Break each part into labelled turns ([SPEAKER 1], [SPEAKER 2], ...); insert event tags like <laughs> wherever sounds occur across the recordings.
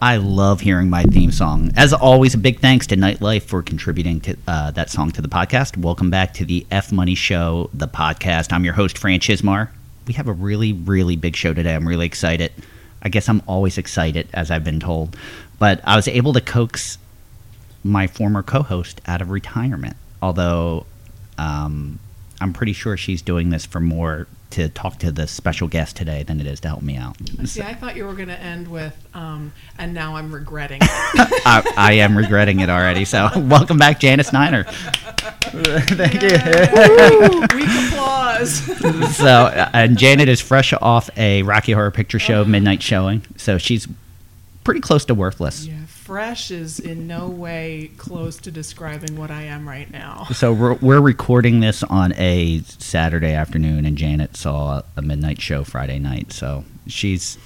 [SPEAKER 1] I love hearing my theme song. As always, a big thanks to Nightlife for contributing to uh, that song to the podcast. Welcome back to the F Money Show, the podcast. I'm your host, Fran Chismar. We have a really, really big show today. I'm really excited. I guess I'm always excited, as I've been told. But I was able to coax my former co host out of retirement, although um, I'm pretty sure she's doing this for more to talk to the special guest today than it is to help me out.
[SPEAKER 2] See, I thought you were going to end with, um, and now I'm
[SPEAKER 1] <laughs>
[SPEAKER 2] regretting.
[SPEAKER 1] I, I am regretting it already. So, <laughs> welcome back, Janice Niner. Thank
[SPEAKER 2] Woo! Weak
[SPEAKER 1] <laughs>
[SPEAKER 2] applause.
[SPEAKER 1] you. So, uh, and Janet is fresh off a Rocky Horror Picture Show midnight showing, so she's pretty close to worthless.
[SPEAKER 2] Yeah, fresh is in no way close to describing what I am right now.
[SPEAKER 1] So we're, we're recording this on a Saturday afternoon, and Janet saw a midnight show Friday night. So she's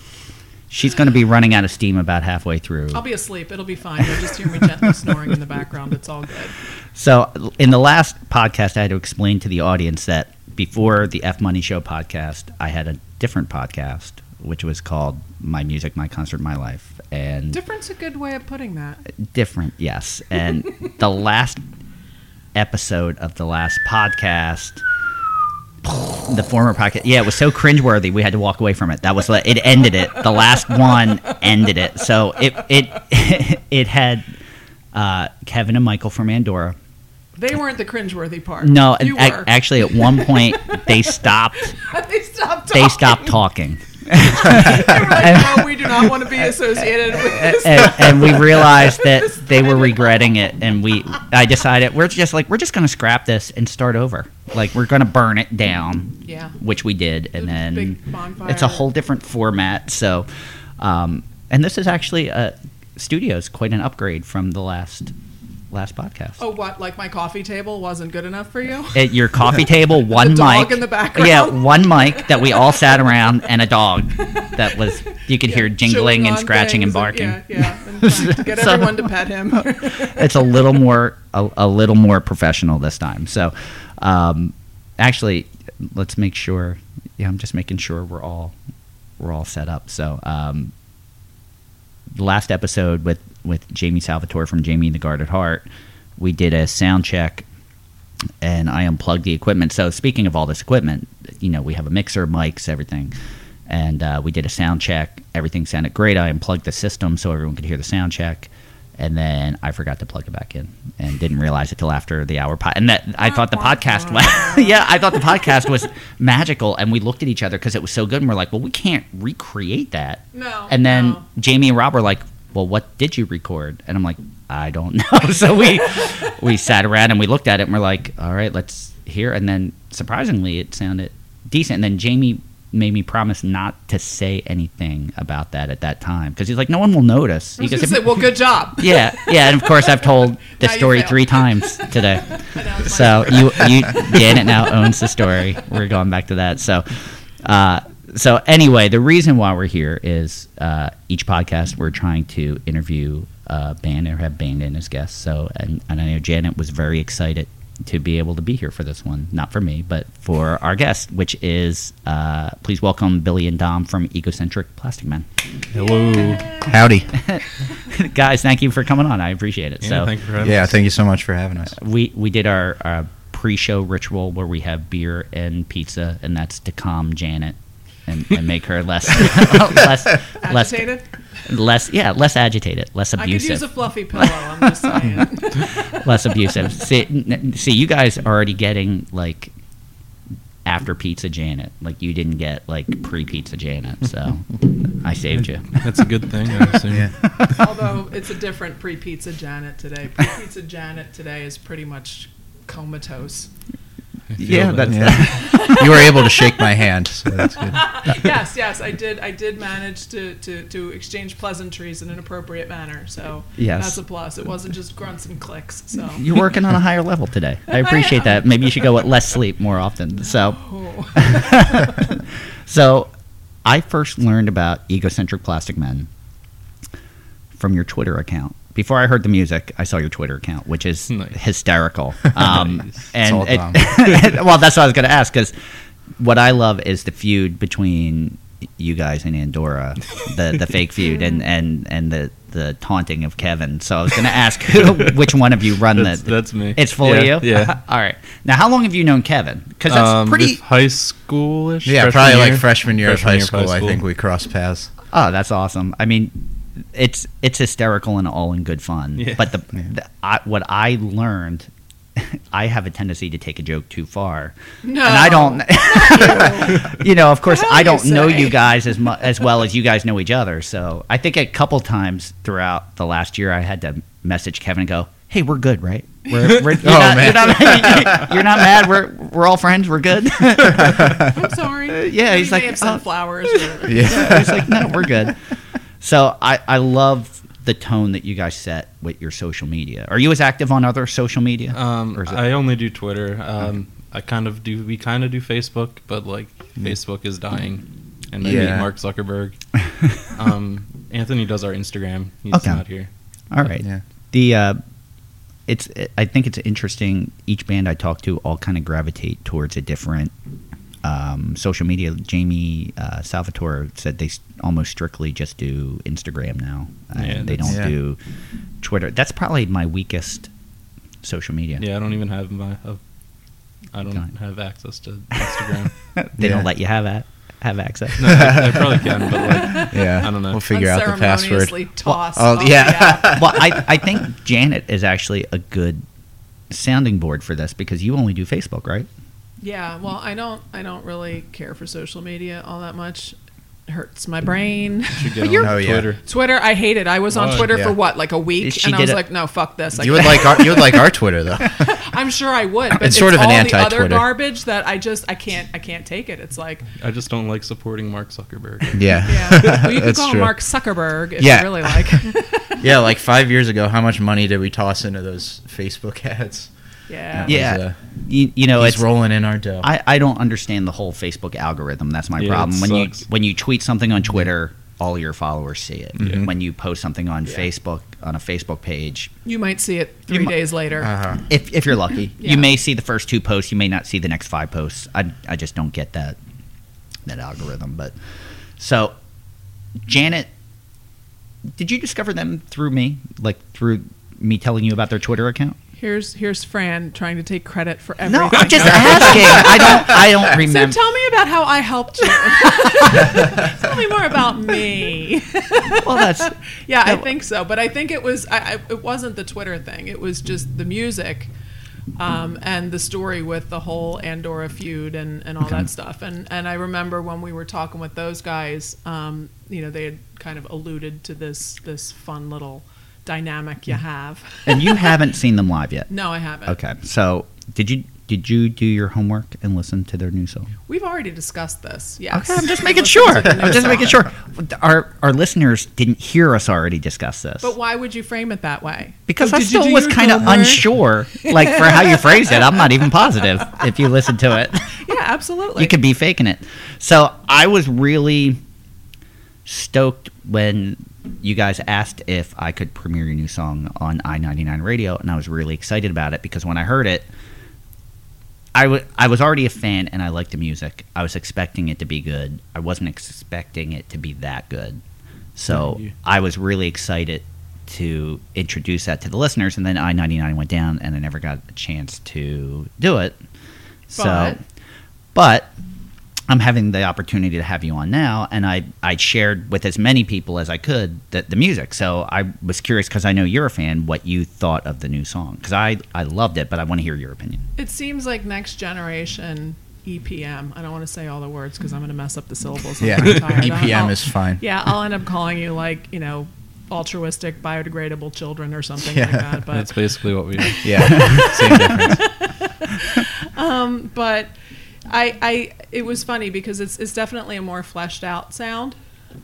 [SPEAKER 1] she's going to be running out of steam about halfway through.
[SPEAKER 2] I'll be asleep. It'll be fine. You'll just hear me
[SPEAKER 1] <laughs>
[SPEAKER 2] gently snoring in the background. It's all good.
[SPEAKER 1] So, in the last podcast, I had to explain to the audience that before the F Money Show podcast, I had a different podcast, which was called My Music, My Concert, My Life. And
[SPEAKER 2] Different's a good way of putting that.
[SPEAKER 1] different, yes. And the last episode of the last podcast, the former podcast, yeah, it was so cringeworthy. We had to walk away from it. That was like- it. Ended it. The last one ended it. So it it <laughs> it had uh, Kevin and Michael from Andorra.
[SPEAKER 2] They weren't the cringeworthy part.
[SPEAKER 1] No,
[SPEAKER 2] you
[SPEAKER 1] ac-
[SPEAKER 2] were.
[SPEAKER 1] actually, at one point they stopped.
[SPEAKER 2] <laughs> they stopped. Talking.
[SPEAKER 1] They stopped talking.
[SPEAKER 2] They were
[SPEAKER 1] <laughs>
[SPEAKER 2] like, no, we do not want to be associated
[SPEAKER 1] Uh,
[SPEAKER 2] with this.
[SPEAKER 1] and, and we realized
[SPEAKER 2] <laughs>
[SPEAKER 1] that they were regretting it and we i decided we're just like we're just going to scrap this and start over like we're going to burn it down
[SPEAKER 2] Yeah.
[SPEAKER 1] which we did and
[SPEAKER 2] The
[SPEAKER 1] then
[SPEAKER 2] big bonfire.
[SPEAKER 1] it's a whole different format so um, and this is actually a studios quite an upgrade from the last last podcast
[SPEAKER 2] Oh, what? Like my coffee table wasn't good enough for you?
[SPEAKER 1] At your coffee
[SPEAKER 2] <laughs>
[SPEAKER 1] table, one
[SPEAKER 2] dog
[SPEAKER 1] mic
[SPEAKER 2] in the background.
[SPEAKER 1] Yeah, one mic that we all sat around, and a dog that was you could hear
[SPEAKER 2] Yeah,
[SPEAKER 1] jingling
[SPEAKER 2] chewing
[SPEAKER 1] and
[SPEAKER 2] on
[SPEAKER 1] scratching and
[SPEAKER 2] things
[SPEAKER 1] barking.
[SPEAKER 2] Yeah, yeah. And trying to get
[SPEAKER 1] <laughs> So-
[SPEAKER 2] everyone to pet him.
[SPEAKER 1] it's a
[SPEAKER 2] <laughs>
[SPEAKER 1] little more a, a little more professional this time. So, um, actually, let's make sure. Yeah, I'm just making sure we're all we're all set up. So, um, the last episode with with Jamie Salvatore from Jamie and the Guard at Heart, we did a sound check, and I unplugged the equipment. So, speaking of all this equipment, you know, we have a mixer, mics, everything. And uh, we did a sound check. Everything sounded great. I unplugged the system so everyone could hear the sound check and then I forgot to plug it back in and didn't realize it till after the hour. Po- and that I thought the podcast was <laughs> yeah, I thought the podcast was magical, and we looked at each other because it was so good, and we're like, well, we can't recreate that.
[SPEAKER 2] No,
[SPEAKER 1] And then
[SPEAKER 2] Oh, no.
[SPEAKER 1] Jamie and Rob were like, well, what did you record? And I'm like, I don't <laughs> know. so we we sat around and we looked at it, and we're like, all right, let's hear. And then surprisingly, it sounded decent. And then Jamie. Made me promise not to say anything about that at that time because he's like, no one will notice.
[SPEAKER 2] I was
[SPEAKER 1] He goes,
[SPEAKER 2] gonna
[SPEAKER 1] "If-
[SPEAKER 2] say, well,
[SPEAKER 1] <laughs>
[SPEAKER 2] good job.
[SPEAKER 1] yeah, yeah, and of course I've
[SPEAKER 2] <laughs>
[SPEAKER 1] told the
[SPEAKER 2] Now you
[SPEAKER 1] story
[SPEAKER 2] fail.
[SPEAKER 1] three
[SPEAKER 2] <laughs>
[SPEAKER 1] times today.
[SPEAKER 2] And I was
[SPEAKER 1] so
[SPEAKER 2] like,
[SPEAKER 1] you,
[SPEAKER 2] <laughs>
[SPEAKER 1] you, Janet now owns the story. We're going back to that. So, uh, so anyway, the reason why we're here is uh, each podcast we're trying to interview a band or have band in as guests. So, and, and I know Janet was very excited to be able to be here for this one, not for me, but for our guest, which is uh, please welcome Billy and Dom from Egocentric Plastic Men. <laughs>
[SPEAKER 3] Hello. Howdy.
[SPEAKER 1] Guys, thank you for coming on. I appreciate it. so,
[SPEAKER 4] thank you for having
[SPEAKER 3] Yeah,
[SPEAKER 4] us.
[SPEAKER 3] thank you so much for having
[SPEAKER 4] <laughs>
[SPEAKER 3] us.
[SPEAKER 1] we we did our, our pre-show ritual where we have beer and pizza, and that's to calm Janet and, and make her less <laughs> less less
[SPEAKER 2] agitated.
[SPEAKER 1] less yeah less agitated, less
[SPEAKER 2] I could use
[SPEAKER 1] abusive,
[SPEAKER 2] a fluffy pillow.
[SPEAKER 1] <laughs>
[SPEAKER 2] I'm just saying.
[SPEAKER 1] less abusive. See, n- see, you guys are already getting like after pizza Janet, like you didn't get like pre-pizza Janet, so I saved you.
[SPEAKER 4] That's a good
[SPEAKER 1] <laughs>
[SPEAKER 4] thing, I assume.
[SPEAKER 3] Yeah.
[SPEAKER 2] <laughs> Although it's a different pre-pizza Janet today. Pre-pizza Janet today is pretty much comatose. <laughs>
[SPEAKER 4] I feel
[SPEAKER 1] Yeah,
[SPEAKER 4] that.
[SPEAKER 1] that's-
[SPEAKER 3] Yeah. you were able to shake my hand, so that's good.
[SPEAKER 2] yes, yes, I did. I did manage to, to, to exchange pleasantries in an appropriate manner. So
[SPEAKER 1] Yes.
[SPEAKER 2] that's a plus. It wasn't just grunts and clicks. So
[SPEAKER 1] You're working on a higher level today. I appreciate that. Maybe you should go with less sleep more often. So.
[SPEAKER 2] Oh.
[SPEAKER 1] <laughs> So, I first learned about egocentric plastic men from your Twitter account. Before I heard the music, I saw your Twitter account, which is
[SPEAKER 4] Nice.
[SPEAKER 1] hysterical. Um, <laughs>
[SPEAKER 4] <laughs> Nice.
[SPEAKER 1] And
[SPEAKER 3] It's all
[SPEAKER 1] it- well, that's what I was going to ask because what I love is the feud between you guys in Andorra, the
[SPEAKER 4] <laughs>
[SPEAKER 1] the fake feud and and and the the taunting of Kevin. So I was going
[SPEAKER 4] <laughs>
[SPEAKER 1] to ask who, which one of you run
[SPEAKER 4] That's,
[SPEAKER 1] the.
[SPEAKER 4] that's me.
[SPEAKER 1] it's fully
[SPEAKER 4] yeah,
[SPEAKER 1] you.
[SPEAKER 4] Yeah.
[SPEAKER 1] <laughs> All right. Now, how long have you known Kevin? Because that's
[SPEAKER 4] Um,
[SPEAKER 1] pretty.
[SPEAKER 4] if high schoolish.
[SPEAKER 3] Yeah, probably like freshman year
[SPEAKER 4] Freshman
[SPEAKER 3] of
[SPEAKER 4] year
[SPEAKER 3] high
[SPEAKER 4] of
[SPEAKER 3] school,
[SPEAKER 4] high
[SPEAKER 3] I
[SPEAKER 4] school.
[SPEAKER 3] think we crossed paths.
[SPEAKER 1] Oh, that's awesome. I mean, it's it's hysterical and all in good fun.
[SPEAKER 4] Yeah.
[SPEAKER 1] But the,
[SPEAKER 3] <laughs> Yeah.
[SPEAKER 1] the I, what I learned, <laughs> I have a tendency to take a joke too far,
[SPEAKER 2] No.
[SPEAKER 1] <laughs> and I
[SPEAKER 2] <laughs>
[SPEAKER 1] don't. <laughs> you know, of course,
[SPEAKER 2] Hell,
[SPEAKER 1] I
[SPEAKER 2] Oh. you
[SPEAKER 1] don't know
[SPEAKER 2] say.
[SPEAKER 1] you guys as mu- as well as you guys know each other. So I think a couple times throughout the last year, I had to message Kevin and go, "Hey, we're good, right? We're,
[SPEAKER 3] <laughs>
[SPEAKER 1] we're, you're,
[SPEAKER 3] Oh,
[SPEAKER 1] not,
[SPEAKER 3] man.
[SPEAKER 1] you're not <laughs> you're not mad. We're we're all friends. We're
[SPEAKER 3] <laughs>
[SPEAKER 1] good."
[SPEAKER 2] I'm
[SPEAKER 3] Uh,
[SPEAKER 2] sorry.
[SPEAKER 1] yeah,
[SPEAKER 2] You
[SPEAKER 1] he's
[SPEAKER 2] may
[SPEAKER 1] like,
[SPEAKER 2] have sent
[SPEAKER 1] "Oh."
[SPEAKER 2] flowers.
[SPEAKER 3] <laughs>
[SPEAKER 2] Or,
[SPEAKER 1] Yeah, it's like, no, we're good. So I, I love the tone that you guys set with your social media. Are you as active on other social media?
[SPEAKER 4] Um,
[SPEAKER 1] Or is it-
[SPEAKER 4] I only do Twitter. Um, I kind of do. We kind of do Facebook, but like Facebook is dying, and maybe
[SPEAKER 3] Mm. Yeah. <laughs>
[SPEAKER 4] Mark Zuckerberg. um, Anthony does our Instagram. He's
[SPEAKER 1] Okay.
[SPEAKER 4] not here.
[SPEAKER 1] All right.
[SPEAKER 3] Yeah.
[SPEAKER 1] The uh, it's I think it's interesting. Each band I talk to all kind of gravitate towards a different um, social media. Jamie uh, Salvatore said they s- almost strictly just do Instagram now, and
[SPEAKER 4] Yeah,
[SPEAKER 1] they don't
[SPEAKER 3] that's- Yeah.
[SPEAKER 1] do Twitter. That's probably my weakest social media.
[SPEAKER 4] Yeah, I don't even have my. Uh, I don't
[SPEAKER 1] Got it.
[SPEAKER 4] have access
[SPEAKER 3] <laughs>
[SPEAKER 4] to Instagram.
[SPEAKER 1] they
[SPEAKER 3] Yeah.
[SPEAKER 1] don't
[SPEAKER 4] <laughs>
[SPEAKER 1] let you have a- have access.
[SPEAKER 4] no, I, I probably can, but like,
[SPEAKER 3] Yeah.
[SPEAKER 4] I don't know.
[SPEAKER 3] We'll figure out the password.
[SPEAKER 2] unceremoniously tossed
[SPEAKER 3] oh,
[SPEAKER 2] off
[SPEAKER 3] yeah.
[SPEAKER 2] the
[SPEAKER 3] <laughs>
[SPEAKER 2] app.
[SPEAKER 1] well, I, I think Janet is actually a good sounding board for this because you only do Facebook, right?
[SPEAKER 2] Yeah, well, I don't I don't really care for social media all that much. It hurts my brain. <laughs>
[SPEAKER 4] should get
[SPEAKER 3] You're-
[SPEAKER 4] on
[SPEAKER 3] Oh, yeah.
[SPEAKER 4] Twitter.
[SPEAKER 2] Twitter, I hate it. I was on
[SPEAKER 4] Why?
[SPEAKER 2] Twitter
[SPEAKER 3] Yeah.
[SPEAKER 2] for what, like a week,
[SPEAKER 1] She
[SPEAKER 2] and I
[SPEAKER 1] did
[SPEAKER 2] was
[SPEAKER 1] it-
[SPEAKER 2] like, no, fuck this. I
[SPEAKER 3] You would
[SPEAKER 2] can't-
[SPEAKER 3] like our you would like our Twitter though.
[SPEAKER 2] <laughs> I'm sure I would, but
[SPEAKER 3] It's
[SPEAKER 2] it's,
[SPEAKER 3] sort of
[SPEAKER 2] all
[SPEAKER 3] an
[SPEAKER 2] the other
[SPEAKER 3] anti-Twitter.
[SPEAKER 2] garbage that I just I can't I can't take it. It's like
[SPEAKER 4] I just don't like supporting Mark Zuckerberg.
[SPEAKER 3] <laughs> Yeah.
[SPEAKER 2] yeah, well, you could
[SPEAKER 3] <laughs> That's
[SPEAKER 2] call
[SPEAKER 3] true.
[SPEAKER 2] Mark Zuckerberg if
[SPEAKER 3] Yeah.
[SPEAKER 2] you really like.
[SPEAKER 3] <laughs> Yeah, like five years ago, how much money did we toss into those Facebook ads?
[SPEAKER 2] <laughs> yeah.
[SPEAKER 1] Yeah.
[SPEAKER 3] It was, uh,
[SPEAKER 1] You, you know,
[SPEAKER 3] he's
[SPEAKER 1] it's
[SPEAKER 3] rolling in our dough.
[SPEAKER 1] I, I don't understand the whole Facebook algorithm. That's my
[SPEAKER 4] Yeah, it
[SPEAKER 1] problem. When you
[SPEAKER 4] sucks.
[SPEAKER 1] when you tweet something on Twitter, all your followers see it. When you post something on Facebook on a Facebook page,
[SPEAKER 2] You might see it three
[SPEAKER 1] might-
[SPEAKER 2] days later.
[SPEAKER 3] uh-huh.
[SPEAKER 1] if if you're
[SPEAKER 2] <laughs>
[SPEAKER 1] lucky,
[SPEAKER 2] Yeah.
[SPEAKER 1] you may see the first two posts. You may not see the next five posts. I I just don't get that that algorithm. But so Janet, did you discover them through me, like through me telling you about their Twitter account?
[SPEAKER 2] Here's here's Fran trying to take credit for everything.
[SPEAKER 1] No, I'm just asking. I don't I
[SPEAKER 2] <laughs>
[SPEAKER 1] don't
[SPEAKER 2] So
[SPEAKER 1] remember.
[SPEAKER 2] tell me about how I
[SPEAKER 1] <laughs>
[SPEAKER 2] helped you. tell me more about me.
[SPEAKER 1] well, that's
[SPEAKER 2] <laughs> Yeah, I
[SPEAKER 1] No.
[SPEAKER 2] think so. But I think it was I, I, it wasn't the Twitter thing. It was just the music um, and the story with the whole Andorra feud and, and all that stuff. And and I remember when we were talking with those guys, um, you know, they had kind of alluded to this this fun little dynamic you
[SPEAKER 1] Hmm.
[SPEAKER 2] have.
[SPEAKER 1] and you haven't seen them live yet.
[SPEAKER 2] No, I haven't.
[SPEAKER 1] Okay. So did you did you do your homework and listen to their new song?
[SPEAKER 2] We've already discussed this. Yes.
[SPEAKER 1] Okay, I'm
[SPEAKER 2] <laughs>
[SPEAKER 1] just
[SPEAKER 2] We
[SPEAKER 1] making
[SPEAKER 2] listened
[SPEAKER 1] sure.
[SPEAKER 2] to the
[SPEAKER 1] I'm
[SPEAKER 2] new
[SPEAKER 1] just making
[SPEAKER 2] song.
[SPEAKER 1] sure. Our our listeners didn't hear us already discuss this.
[SPEAKER 2] But why would you frame it that way?
[SPEAKER 1] because
[SPEAKER 2] Oh,
[SPEAKER 1] I
[SPEAKER 2] did you
[SPEAKER 1] still
[SPEAKER 2] do
[SPEAKER 1] was
[SPEAKER 2] your
[SPEAKER 1] kind of
[SPEAKER 2] homework?
[SPEAKER 1] unsure, like for how you phrased it. I'm not even positive if you listen to
[SPEAKER 2] <laughs>
[SPEAKER 1] it.
[SPEAKER 2] Yeah, absolutely.
[SPEAKER 1] You could be faking it. So I was really stoked when you guys asked if I could premiere your new song on I 99 radio, and I was really excited about it because when I heard it, I wa- I was already a fan and I liked the music. I was expecting it to be good. I wasn't expecting it to be that good. So
[SPEAKER 4] Yeah, you-
[SPEAKER 1] I was really excited to introduce that to the listeners, and then I 99 went down, and I never got a chance to do it. so,
[SPEAKER 2] But-
[SPEAKER 1] but I'm having the opportunity to have you on now, and I I shared with as many people as I could the, the music. So I was curious because I know you're a fan, what you thought of the new song because I I loved it, but I want to hear your opinion.
[SPEAKER 2] It seems like next generation EPM. I don't want to say all the words because I'm going to mess up the syllables. I'm
[SPEAKER 3] Yeah.
[SPEAKER 2] kinda
[SPEAKER 3] <laughs>
[SPEAKER 1] <laughs>
[SPEAKER 2] tired.
[SPEAKER 3] EPM
[SPEAKER 1] E
[SPEAKER 2] I'll-
[SPEAKER 3] is fine.
[SPEAKER 2] Yeah, I'll end up calling you like you know, altruistic, biodegradable children or something like
[SPEAKER 3] Yeah.
[SPEAKER 2] that. But
[SPEAKER 4] That's basically what we. Are.
[SPEAKER 3] Yeah. Same difference.
[SPEAKER 2] but I, I it was funny because it's it's definitely a more fleshed out sound,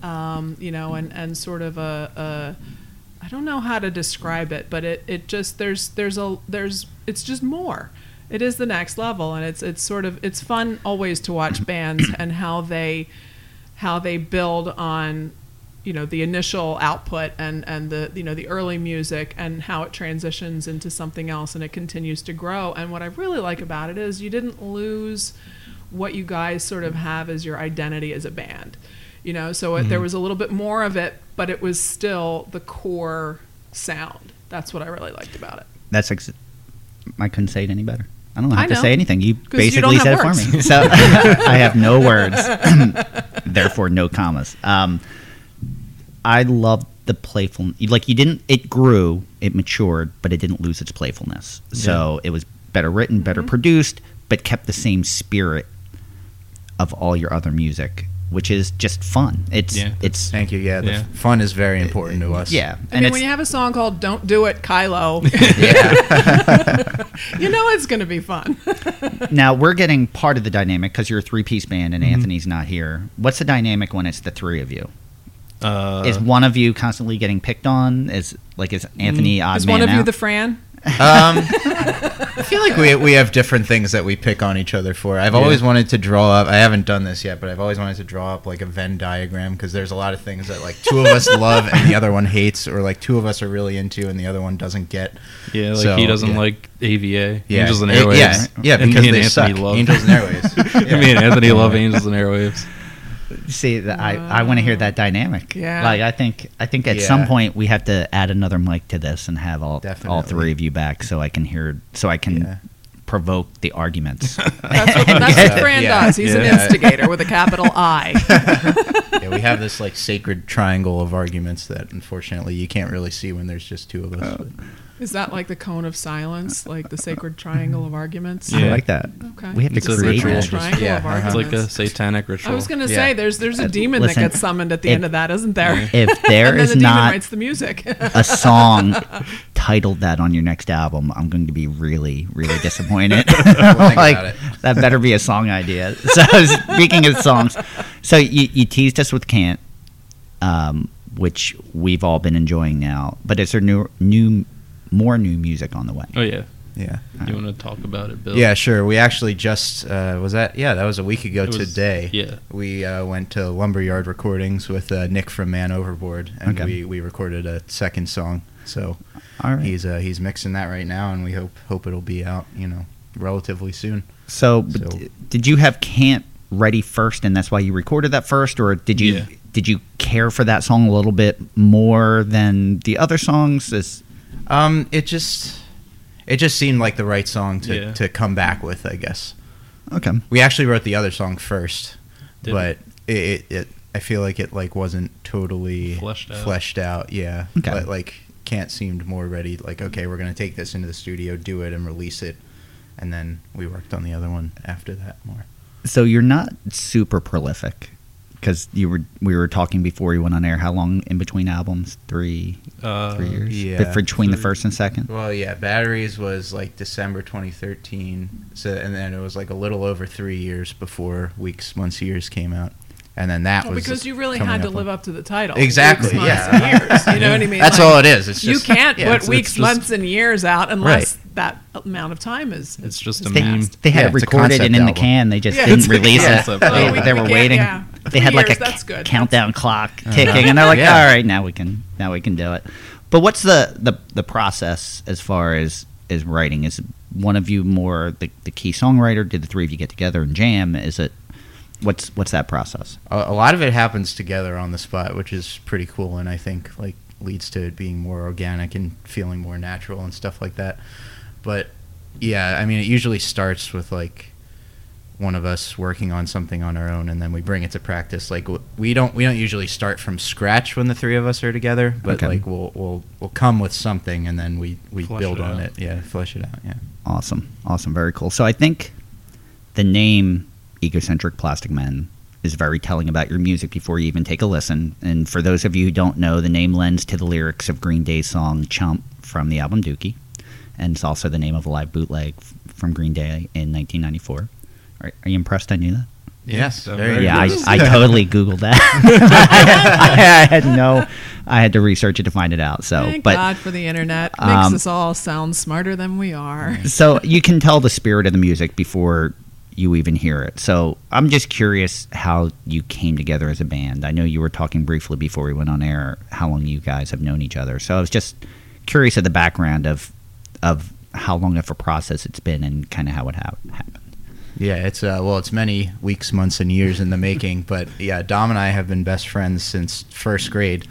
[SPEAKER 2] um, you know, and, and sort of a, a I don't know how to describe it, but it, it just there's there's a there's it's just more. It is the next level, and it's it's sort of it's fun always to watch bands and how they how they build on you know the initial output and and the you know the early music and how it transitions into something else and it continues to grow and what i really like about it is you didn't lose what you guys sort of have as your identity as a band. You know, so it, there
[SPEAKER 3] Mm-hmm.
[SPEAKER 2] was a little bit more of it, but it was still the core sound. That's what I really liked about it.
[SPEAKER 1] That's ex- I couldn't say it any better. I don't have
[SPEAKER 2] I
[SPEAKER 1] to
[SPEAKER 2] know.
[SPEAKER 1] say anything. You
[SPEAKER 2] 'Cause you don't
[SPEAKER 1] basically
[SPEAKER 2] have
[SPEAKER 1] said it for me. So
[SPEAKER 2] <laughs>
[SPEAKER 1] <laughs> I have no words, <clears throat> therefore no commas. Um, I love the playful. Like you didn't. It grew. It matured, but it didn't lose its playfulness. So it was better written, better
[SPEAKER 2] Mm-hmm.
[SPEAKER 1] produced, but kept the same spirit of all your other music, which is just fun. It's
[SPEAKER 4] Yeah.
[SPEAKER 1] it's
[SPEAKER 3] Thank you. Yeah, the
[SPEAKER 4] Yeah.
[SPEAKER 3] fun is very important to us.
[SPEAKER 1] yeah.
[SPEAKER 2] I mean, when you have a song called "Don't Do It,
[SPEAKER 3] <laughs>
[SPEAKER 2] Kylo," you know it's going to be fun.
[SPEAKER 1] Now we're getting part of the dynamic because you're a three piece band
[SPEAKER 2] Mm-hmm.
[SPEAKER 1] and Anthony's not here. What's the dynamic when it's the three of you?
[SPEAKER 4] Uh,
[SPEAKER 1] is one of you constantly getting picked on? Is like is Anthony odd
[SPEAKER 2] Mm, Is
[SPEAKER 1] man
[SPEAKER 2] one of you
[SPEAKER 1] out?
[SPEAKER 2] the Fran?
[SPEAKER 3] <laughs> Um, I feel like we we have different things that we pick on each other for. I've always wanted to draw up. I haven't done this yet, but I've always wanted to draw up like a Venn diagram because there's a lot of things that like two of
[SPEAKER 4] <laughs>
[SPEAKER 3] us love and the other one hates, or like two of us are really into and the other one doesn't get.
[SPEAKER 4] yeah, like
[SPEAKER 3] So,
[SPEAKER 4] he doesn't
[SPEAKER 3] yeah.
[SPEAKER 4] like AVA,
[SPEAKER 3] Yeah.
[SPEAKER 4] Angels and
[SPEAKER 3] Eh,
[SPEAKER 4] Airwaves.
[SPEAKER 3] yeah, yeah,
[SPEAKER 4] and
[SPEAKER 3] because
[SPEAKER 4] me and
[SPEAKER 3] they
[SPEAKER 4] Anthony
[SPEAKER 3] suck.
[SPEAKER 4] love <laughs>
[SPEAKER 3] Angels and Airwaves. Yeah.
[SPEAKER 4] me and Anthony love Angels and Airwaves.
[SPEAKER 1] See, the, I I want to hear that dynamic.
[SPEAKER 2] Yeah.
[SPEAKER 1] like I think I think at some
[SPEAKER 3] Yeah.
[SPEAKER 1] point we have to add another mic to this and have all all
[SPEAKER 3] Definitely.
[SPEAKER 1] three of you back so I can hear so I can
[SPEAKER 3] Yeah.
[SPEAKER 1] provoke the arguments. <laughs>
[SPEAKER 2] <laughs> That's what, that's what
[SPEAKER 3] Yeah.
[SPEAKER 2] Fran
[SPEAKER 3] Yeah.
[SPEAKER 2] does. He's an
[SPEAKER 3] Yeah.
[SPEAKER 2] instigator with a capital
[SPEAKER 3] <laughs>
[SPEAKER 2] I.
[SPEAKER 3] yeah, we have this like sacred triangle of arguments that unfortunately you can't really see when there's just two of us. but-
[SPEAKER 2] Is that like the cone of silence, like the sacred triangle of arguments?
[SPEAKER 1] I
[SPEAKER 4] Yeah.
[SPEAKER 1] like that.
[SPEAKER 2] Okay.
[SPEAKER 1] We have to
[SPEAKER 4] It's a
[SPEAKER 1] create
[SPEAKER 4] ritual.
[SPEAKER 1] that.
[SPEAKER 2] Triangle
[SPEAKER 3] Yeah,
[SPEAKER 2] of
[SPEAKER 3] uh-huh.
[SPEAKER 4] It's
[SPEAKER 2] arguments.
[SPEAKER 4] like a satanic ritual.
[SPEAKER 2] I was gonna
[SPEAKER 3] Yeah.
[SPEAKER 2] say, there's there's a demon
[SPEAKER 1] Uh, listen,
[SPEAKER 2] that gets summoned at the
[SPEAKER 1] if-
[SPEAKER 2] end of that, isn't there?
[SPEAKER 1] <laughs> If
[SPEAKER 2] and
[SPEAKER 1] there
[SPEAKER 2] then the
[SPEAKER 1] is
[SPEAKER 2] demon
[SPEAKER 1] not
[SPEAKER 2] writes the
[SPEAKER 1] <laughs>
[SPEAKER 2] music.
[SPEAKER 1] a song titled that on your next album, I'm going to be really, really
[SPEAKER 2] <laughs>
[SPEAKER 1] disappointed.
[SPEAKER 4] <laughs>
[SPEAKER 1] like
[SPEAKER 3] about it.
[SPEAKER 1] that better be a song idea. <laughs> So speaking of songs, so you, you teased us with "Can't," um, which we've all been enjoying now. But is there new, new, more new music on the way?
[SPEAKER 4] oh yeah,
[SPEAKER 3] yeah.
[SPEAKER 4] you want to talk about it, Bill?
[SPEAKER 3] Yeah, sure. We actually just uh, was that. Yeah, that was a week ago
[SPEAKER 4] It was-
[SPEAKER 3] today.
[SPEAKER 4] yeah.
[SPEAKER 3] we uh, went to Lumberyard Recordings with uh, Nick from Man Overboard, and
[SPEAKER 1] Okay.
[SPEAKER 3] we, we recorded a second song. So
[SPEAKER 1] All right.
[SPEAKER 3] he's uh, he's mixing that right now, and we hope hope it'll be out. You know, relatively soon.
[SPEAKER 1] So, but
[SPEAKER 3] So-
[SPEAKER 1] d- did you have "Can't" ready first, and that's why you recorded that first, or did you?
[SPEAKER 4] Yeah.
[SPEAKER 1] Did you care for that song a little bit more than the other songs? Is
[SPEAKER 3] Um, it just it just seemed like the right song to
[SPEAKER 4] Yeah.
[SPEAKER 3] to come back with. I guess
[SPEAKER 1] okay.
[SPEAKER 3] we actually wrote the other song first,
[SPEAKER 4] Did
[SPEAKER 3] but it, it, it I feel like it like wasn't totally
[SPEAKER 4] Fleshed out.
[SPEAKER 3] fleshed out, yeah.
[SPEAKER 1] Okay.
[SPEAKER 3] But, like Can't seemed more ready. Like okay, we're gonna take this into the studio, do it, and release it, and then we worked on the other one after that more.
[SPEAKER 1] So you're not super prolific because you were we were talking before you went on air. How long in between albums? Three,
[SPEAKER 4] uh,
[SPEAKER 1] three years.
[SPEAKER 3] yeah,
[SPEAKER 1] Be- between the
[SPEAKER 4] three.
[SPEAKER 1] first and second.
[SPEAKER 3] Well, yeah, Batteries was like December 2013, so and then it was like a little over three years before Weeks, Months, Years came out, and then that
[SPEAKER 2] Well, Oh,
[SPEAKER 3] was
[SPEAKER 2] <laughs> because you really
[SPEAKER 3] coming
[SPEAKER 2] had to
[SPEAKER 3] on- <laughs>
[SPEAKER 2] live up to the title.
[SPEAKER 3] Exactly,
[SPEAKER 2] Weeks, months,
[SPEAKER 3] yeah.
[SPEAKER 2] and years. You know
[SPEAKER 3] <laughs>
[SPEAKER 2] what I mean?
[SPEAKER 3] That's
[SPEAKER 2] Like,
[SPEAKER 3] all it is. It's
[SPEAKER 2] You
[SPEAKER 3] just,
[SPEAKER 2] can't
[SPEAKER 3] <laughs> yeah,
[SPEAKER 2] put
[SPEAKER 3] it's-
[SPEAKER 2] weeks,
[SPEAKER 4] just-
[SPEAKER 2] months, and years out unless that amount of time is.
[SPEAKER 4] It's just a
[SPEAKER 1] They,
[SPEAKER 4] meme.
[SPEAKER 1] they had
[SPEAKER 3] Yeah,
[SPEAKER 1] it
[SPEAKER 3] it's a
[SPEAKER 1] recorded
[SPEAKER 3] concept
[SPEAKER 1] and in
[SPEAKER 3] album.
[SPEAKER 1] the can. They just
[SPEAKER 2] Yeah,
[SPEAKER 1] didn't
[SPEAKER 2] it's a
[SPEAKER 1] release it.
[SPEAKER 4] concept album.
[SPEAKER 1] They,
[SPEAKER 4] Oh, we-
[SPEAKER 1] they
[SPEAKER 4] we
[SPEAKER 1] were
[SPEAKER 2] get-
[SPEAKER 1] waiting.
[SPEAKER 2] yeah.
[SPEAKER 1] They had
[SPEAKER 2] Three
[SPEAKER 1] like
[SPEAKER 2] years,
[SPEAKER 1] a
[SPEAKER 2] that's good.
[SPEAKER 1] countdown clock ticking, and they're like,
[SPEAKER 3] Yeah.
[SPEAKER 1] "All right, now we can now we can do it." But what's the the, the process as far as is writing? Is one of you more the, the key songwriter? Did the three of you get together and jam? Is it what's what's that process?
[SPEAKER 3] a, a lot of it happens together on the spot, which is pretty cool, and I think like leads to it being more organic and feeling more natural and stuff like that. But yeah, I mean, it usually starts with like one of us working on something on our own, and then we bring it to practice. Like w- we don't we don't usually start from scratch when the three of us are together, but
[SPEAKER 1] Okay.
[SPEAKER 3] like we'll we'll we'll come with something, and then we we
[SPEAKER 4] Flesh
[SPEAKER 3] build
[SPEAKER 4] it
[SPEAKER 3] on
[SPEAKER 4] out.
[SPEAKER 3] it. Yeah, flesh it out. Yeah.
[SPEAKER 1] Awesome. Awesome. Very cool. So I think the name Egocentric Plastic Men is very telling about your music before you even take a listen. And for those of you who don't know, the name lends to the lyrics of Green Day's song Chump from the album Dookie. And it's also the name of a live bootleg f- from Green Day in 1994. Are, are you impressed I knew that?
[SPEAKER 3] Yes.
[SPEAKER 4] so
[SPEAKER 3] Very
[SPEAKER 4] very
[SPEAKER 1] Yeah,
[SPEAKER 3] good.
[SPEAKER 1] I,
[SPEAKER 4] good.
[SPEAKER 1] I totally Googled that. <laughs> I, had no, I had to research it to find it out. So,
[SPEAKER 2] Thank
[SPEAKER 1] but
[SPEAKER 2] God for the internet. Makes
[SPEAKER 1] Um,
[SPEAKER 2] us all sound smarter than we are.
[SPEAKER 1] so you can tell the spirit of the music before you even hear it. So I'm just curious how you came together as a band. I know you were talking briefly before we went on air how long you guys have known each other. So I was just curious of the background of of how long of a process it's been and kind of how it ha- happened.
[SPEAKER 3] Yeah, it's uh, well, it's many weeks, months, and years in the making. <laughs> But yeah, Dom and I have been best friends since first grade,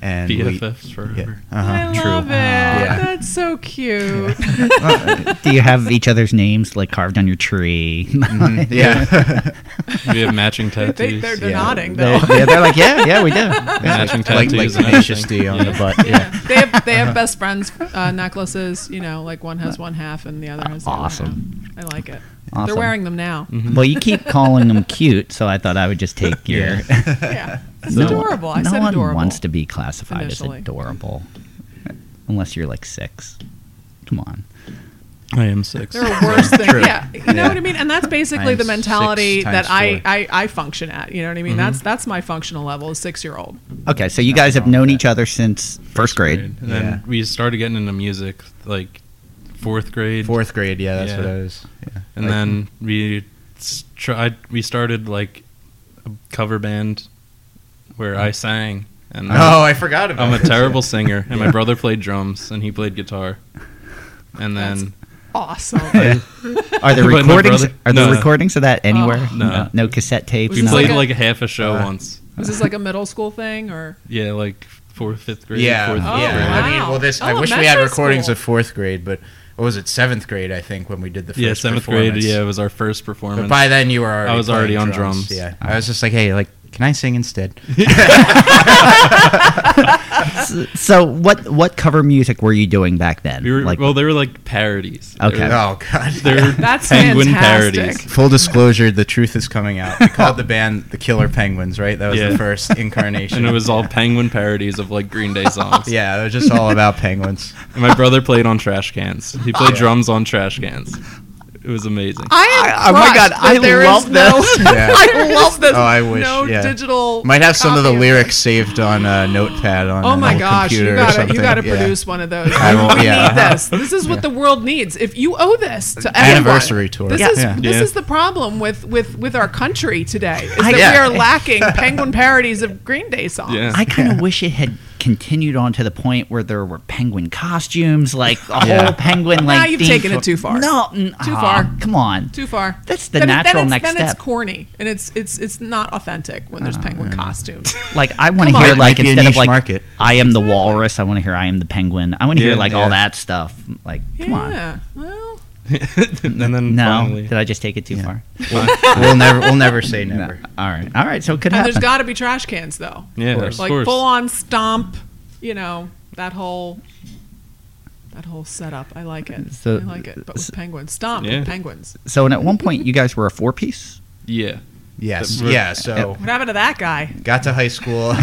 [SPEAKER 3] and we-
[SPEAKER 4] BFFs
[SPEAKER 3] yeah, <laughs>
[SPEAKER 4] forever.
[SPEAKER 2] I
[SPEAKER 3] uh-huh,
[SPEAKER 2] love it.
[SPEAKER 3] Yeah.
[SPEAKER 2] That's so cute.
[SPEAKER 1] Do you <laughs> have each other's names like carved on your tree?
[SPEAKER 3] Mhm,
[SPEAKER 4] <laughs>
[SPEAKER 1] Mm-hmm. <laughs>
[SPEAKER 3] yeah.
[SPEAKER 4] We have matching tattoos.
[SPEAKER 2] they, they're they're
[SPEAKER 3] Yeah.
[SPEAKER 2] nodding
[SPEAKER 1] They're, <laughs>
[SPEAKER 2] though.
[SPEAKER 1] they're, they're like, yeah, yeah, we do.
[SPEAKER 3] <laughs>
[SPEAKER 4] Matching
[SPEAKER 3] like
[SPEAKER 4] tattoos.
[SPEAKER 3] like
[SPEAKER 4] and
[SPEAKER 3] tenacious
[SPEAKER 4] everything.
[SPEAKER 3] D on the
[SPEAKER 4] Yeah.
[SPEAKER 3] butt. Yeah.
[SPEAKER 2] they have they have best friends uh, necklaces. You know, like one has one half and the other has the other
[SPEAKER 1] Awesome.
[SPEAKER 2] half. I like it. They're
[SPEAKER 1] Awesome. Mm-hmm.
[SPEAKER 2] wearing them now.
[SPEAKER 1] Well, you keep calling them cute, so I thought I would just <laughs> take your.
[SPEAKER 2] Yeah, it's
[SPEAKER 1] No-
[SPEAKER 2] adorable. I
[SPEAKER 1] no
[SPEAKER 2] said
[SPEAKER 1] one
[SPEAKER 2] adorable.
[SPEAKER 1] wants to be classified
[SPEAKER 2] Initially.
[SPEAKER 1] as adorable, unless you're like six. Come on.
[SPEAKER 4] I am six. <laughs>
[SPEAKER 2] There are worse things.
[SPEAKER 3] True.
[SPEAKER 2] Yeah, you know
[SPEAKER 3] Yeah.
[SPEAKER 2] what I mean. And that's basically
[SPEAKER 3] Times
[SPEAKER 2] the mentality
[SPEAKER 3] six,
[SPEAKER 2] that
[SPEAKER 3] times
[SPEAKER 2] I,
[SPEAKER 3] four.
[SPEAKER 2] I I function at. You know what I mean. That's that's my functional level. Is six year old.
[SPEAKER 1] Okay, so you
[SPEAKER 3] Nothing
[SPEAKER 1] guys have
[SPEAKER 3] wrong with
[SPEAKER 1] known
[SPEAKER 3] that.
[SPEAKER 1] each other since first grade.
[SPEAKER 4] And then
[SPEAKER 3] Yeah.
[SPEAKER 4] we started getting into music like fourth grade.
[SPEAKER 3] Fourth grade, yeah, that's
[SPEAKER 4] Yeah.
[SPEAKER 3] what I was. Yeah.
[SPEAKER 4] and
[SPEAKER 3] Like, hmm.
[SPEAKER 4] then we s- tried. We started like a cover band where I sang, and
[SPEAKER 3] Hmm. oh, I forgot about.
[SPEAKER 4] I'm a
[SPEAKER 3] this, yeah. <laughs>
[SPEAKER 4] terrible singer. And my brother played drums, and he played guitar. And then
[SPEAKER 2] Awesome.
[SPEAKER 1] Are
[SPEAKER 4] <laughs>
[SPEAKER 1] there
[SPEAKER 4] But my
[SPEAKER 1] recordings?
[SPEAKER 4] brother-
[SPEAKER 1] Are there
[SPEAKER 4] no.
[SPEAKER 1] recordings of
[SPEAKER 2] Oh.
[SPEAKER 1] that anywhere?
[SPEAKER 4] No.
[SPEAKER 1] no cassette tapes.
[SPEAKER 2] Was
[SPEAKER 4] we
[SPEAKER 2] this
[SPEAKER 1] no-
[SPEAKER 4] played
[SPEAKER 2] like a-
[SPEAKER 4] like a half a show
[SPEAKER 3] Uh,
[SPEAKER 4] once.
[SPEAKER 2] Was this like a middle school thing or?
[SPEAKER 4] Yeah, like fourth, fifth grade.
[SPEAKER 3] Yeah,
[SPEAKER 4] Fourth,
[SPEAKER 2] Oh,
[SPEAKER 4] fifth grade.
[SPEAKER 3] yeah. I mean,
[SPEAKER 2] wow. Oh,
[SPEAKER 3] well, this I wish we had
[SPEAKER 2] Elementary
[SPEAKER 3] recordings
[SPEAKER 2] school.
[SPEAKER 3] of fourth grade, but what was it? Seventh grade, I think, when we did the first
[SPEAKER 4] Yeah, seventh grade.
[SPEAKER 3] performance.
[SPEAKER 4] Yeah, it was our first
[SPEAKER 3] But
[SPEAKER 4] performance.
[SPEAKER 3] by then you were already
[SPEAKER 4] I was already
[SPEAKER 3] playing
[SPEAKER 4] on drums.
[SPEAKER 3] Yeah. I was just like, hey, like, can I sing instead?
[SPEAKER 1] So what? What cover music were you doing back then?
[SPEAKER 4] we were,
[SPEAKER 1] like,
[SPEAKER 4] well, they were like parodies. They
[SPEAKER 1] Okay.
[SPEAKER 4] were-
[SPEAKER 3] oh god.
[SPEAKER 4] They're
[SPEAKER 2] <laughs> That's
[SPEAKER 4] penguin
[SPEAKER 2] fantastic.
[SPEAKER 4] parodies.
[SPEAKER 3] Full disclosure, the truth is coming out. We
[SPEAKER 2] <laughs>
[SPEAKER 3] called the band the Killer Penguins, right? That was
[SPEAKER 4] Yeah.
[SPEAKER 3] the first incarnation.
[SPEAKER 4] And it was all penguin parodies of like Green Day
[SPEAKER 3] <laughs>
[SPEAKER 4] songs.
[SPEAKER 3] Yeah, it was just all about penguins.
[SPEAKER 4] And my brother played on trash cans. He played drums on trash cans. It was amazing.
[SPEAKER 2] I am
[SPEAKER 1] I- oh my God,
[SPEAKER 2] crushed
[SPEAKER 1] I
[SPEAKER 2] that there is
[SPEAKER 1] love
[SPEAKER 2] no,
[SPEAKER 1] this.
[SPEAKER 2] <laughs> <laughs>
[SPEAKER 3] Yeah.
[SPEAKER 1] <laughs>
[SPEAKER 2] I love this.
[SPEAKER 3] Oh, I wish,
[SPEAKER 2] No
[SPEAKER 3] yeah.
[SPEAKER 2] digital.
[SPEAKER 3] Might have some of the
[SPEAKER 2] copy
[SPEAKER 3] lyrics saved on a notepad on
[SPEAKER 2] Oh
[SPEAKER 3] an
[SPEAKER 2] my
[SPEAKER 3] old
[SPEAKER 2] gosh,
[SPEAKER 3] computer
[SPEAKER 2] you
[SPEAKER 3] or
[SPEAKER 2] gotta
[SPEAKER 3] something.
[SPEAKER 2] you gotta
[SPEAKER 3] Yeah.
[SPEAKER 2] produce one of those.
[SPEAKER 3] <laughs> I will-
[SPEAKER 2] we
[SPEAKER 3] yeah.
[SPEAKER 2] need this. This is what the world needs. If you owe this to everyone,
[SPEAKER 3] Anniversary tour.
[SPEAKER 2] This
[SPEAKER 3] Yeah.
[SPEAKER 2] is
[SPEAKER 3] Yeah.
[SPEAKER 2] this
[SPEAKER 4] Yeah.
[SPEAKER 2] is the problem with with with our country today. Is
[SPEAKER 1] I-
[SPEAKER 2] that
[SPEAKER 3] Yeah.
[SPEAKER 2] we are lacking
[SPEAKER 3] <laughs>
[SPEAKER 2] penguin parodies of Green Day songs.
[SPEAKER 4] Yeah.
[SPEAKER 1] I kind of wish it had continued on to the point where there were penguin costumes, like a
[SPEAKER 3] Yeah.
[SPEAKER 1] whole penguin.
[SPEAKER 2] Now
[SPEAKER 1] Like
[SPEAKER 2] you've
[SPEAKER 1] theme
[SPEAKER 2] taken
[SPEAKER 1] for-
[SPEAKER 2] it too far.
[SPEAKER 1] No, n-
[SPEAKER 2] Too
[SPEAKER 1] aw,
[SPEAKER 2] far.
[SPEAKER 1] Come on.
[SPEAKER 2] Too far.
[SPEAKER 1] That's the
[SPEAKER 2] Then it-
[SPEAKER 1] natural
[SPEAKER 2] then it's,
[SPEAKER 1] next
[SPEAKER 2] then
[SPEAKER 1] step.
[SPEAKER 2] it's corny, and it's it's it's not authentic when
[SPEAKER 3] Oh,
[SPEAKER 2] there's penguin costumes.
[SPEAKER 1] Like I want to
[SPEAKER 2] Come
[SPEAKER 1] hear
[SPEAKER 2] on.
[SPEAKER 1] like
[SPEAKER 3] Might be a
[SPEAKER 1] instead of
[SPEAKER 3] niche
[SPEAKER 1] like
[SPEAKER 3] market.
[SPEAKER 1] I am the walrus, I want to hear I am the penguin. I want to hear
[SPEAKER 4] Yeah,
[SPEAKER 1] like
[SPEAKER 3] yeah.
[SPEAKER 1] all that stuff. Like come on.
[SPEAKER 2] yeah. Well,
[SPEAKER 4] <laughs> and then
[SPEAKER 1] No,
[SPEAKER 4] finally,
[SPEAKER 1] did I just take it too far?
[SPEAKER 3] we'll never
[SPEAKER 2] <laughs>
[SPEAKER 3] we'll never say never.
[SPEAKER 1] All right, all right. So it
[SPEAKER 3] Oh,
[SPEAKER 1] could
[SPEAKER 2] and
[SPEAKER 1] happen.
[SPEAKER 2] there's got to be trash cans though.
[SPEAKER 4] yeah,
[SPEAKER 1] course.
[SPEAKER 4] of
[SPEAKER 2] like
[SPEAKER 4] course.
[SPEAKER 2] full on stomp. You know that whole that whole setup. I like it.
[SPEAKER 1] So-
[SPEAKER 2] I like it. But with penguins, stomp
[SPEAKER 4] Yeah.
[SPEAKER 2] with penguins.
[SPEAKER 1] so and at one point you guys were a four piece.
[SPEAKER 4] Yeah,
[SPEAKER 3] Yes.
[SPEAKER 4] We're-
[SPEAKER 3] Yeah. So
[SPEAKER 2] What happened to that guy?
[SPEAKER 3] got to high school. Um,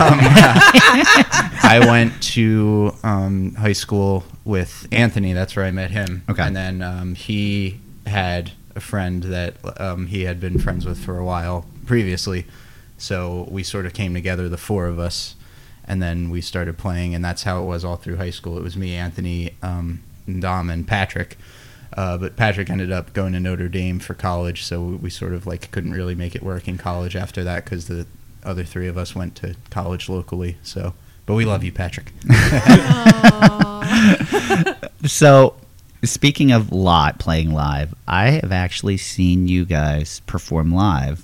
[SPEAKER 3] I went to um, high school with Anthony. That's where I met him.
[SPEAKER 1] Okay.
[SPEAKER 3] And then um, he had a friend that um, he had been friends with for a while previously. So we sort of came together, the four of us, and then we started playing, and that's how it was all through high school. It was me, Anthony, um, Dom, and Patrick. Uh, but Patrick ended up going to Notre Dame for college, so we, we sort of like couldn't really make it work in college after that because the other three of us went to college locally. So, but we love you, Patrick.
[SPEAKER 1] <laughs> So speaking of lot playing live, I have actually seen you guys perform live,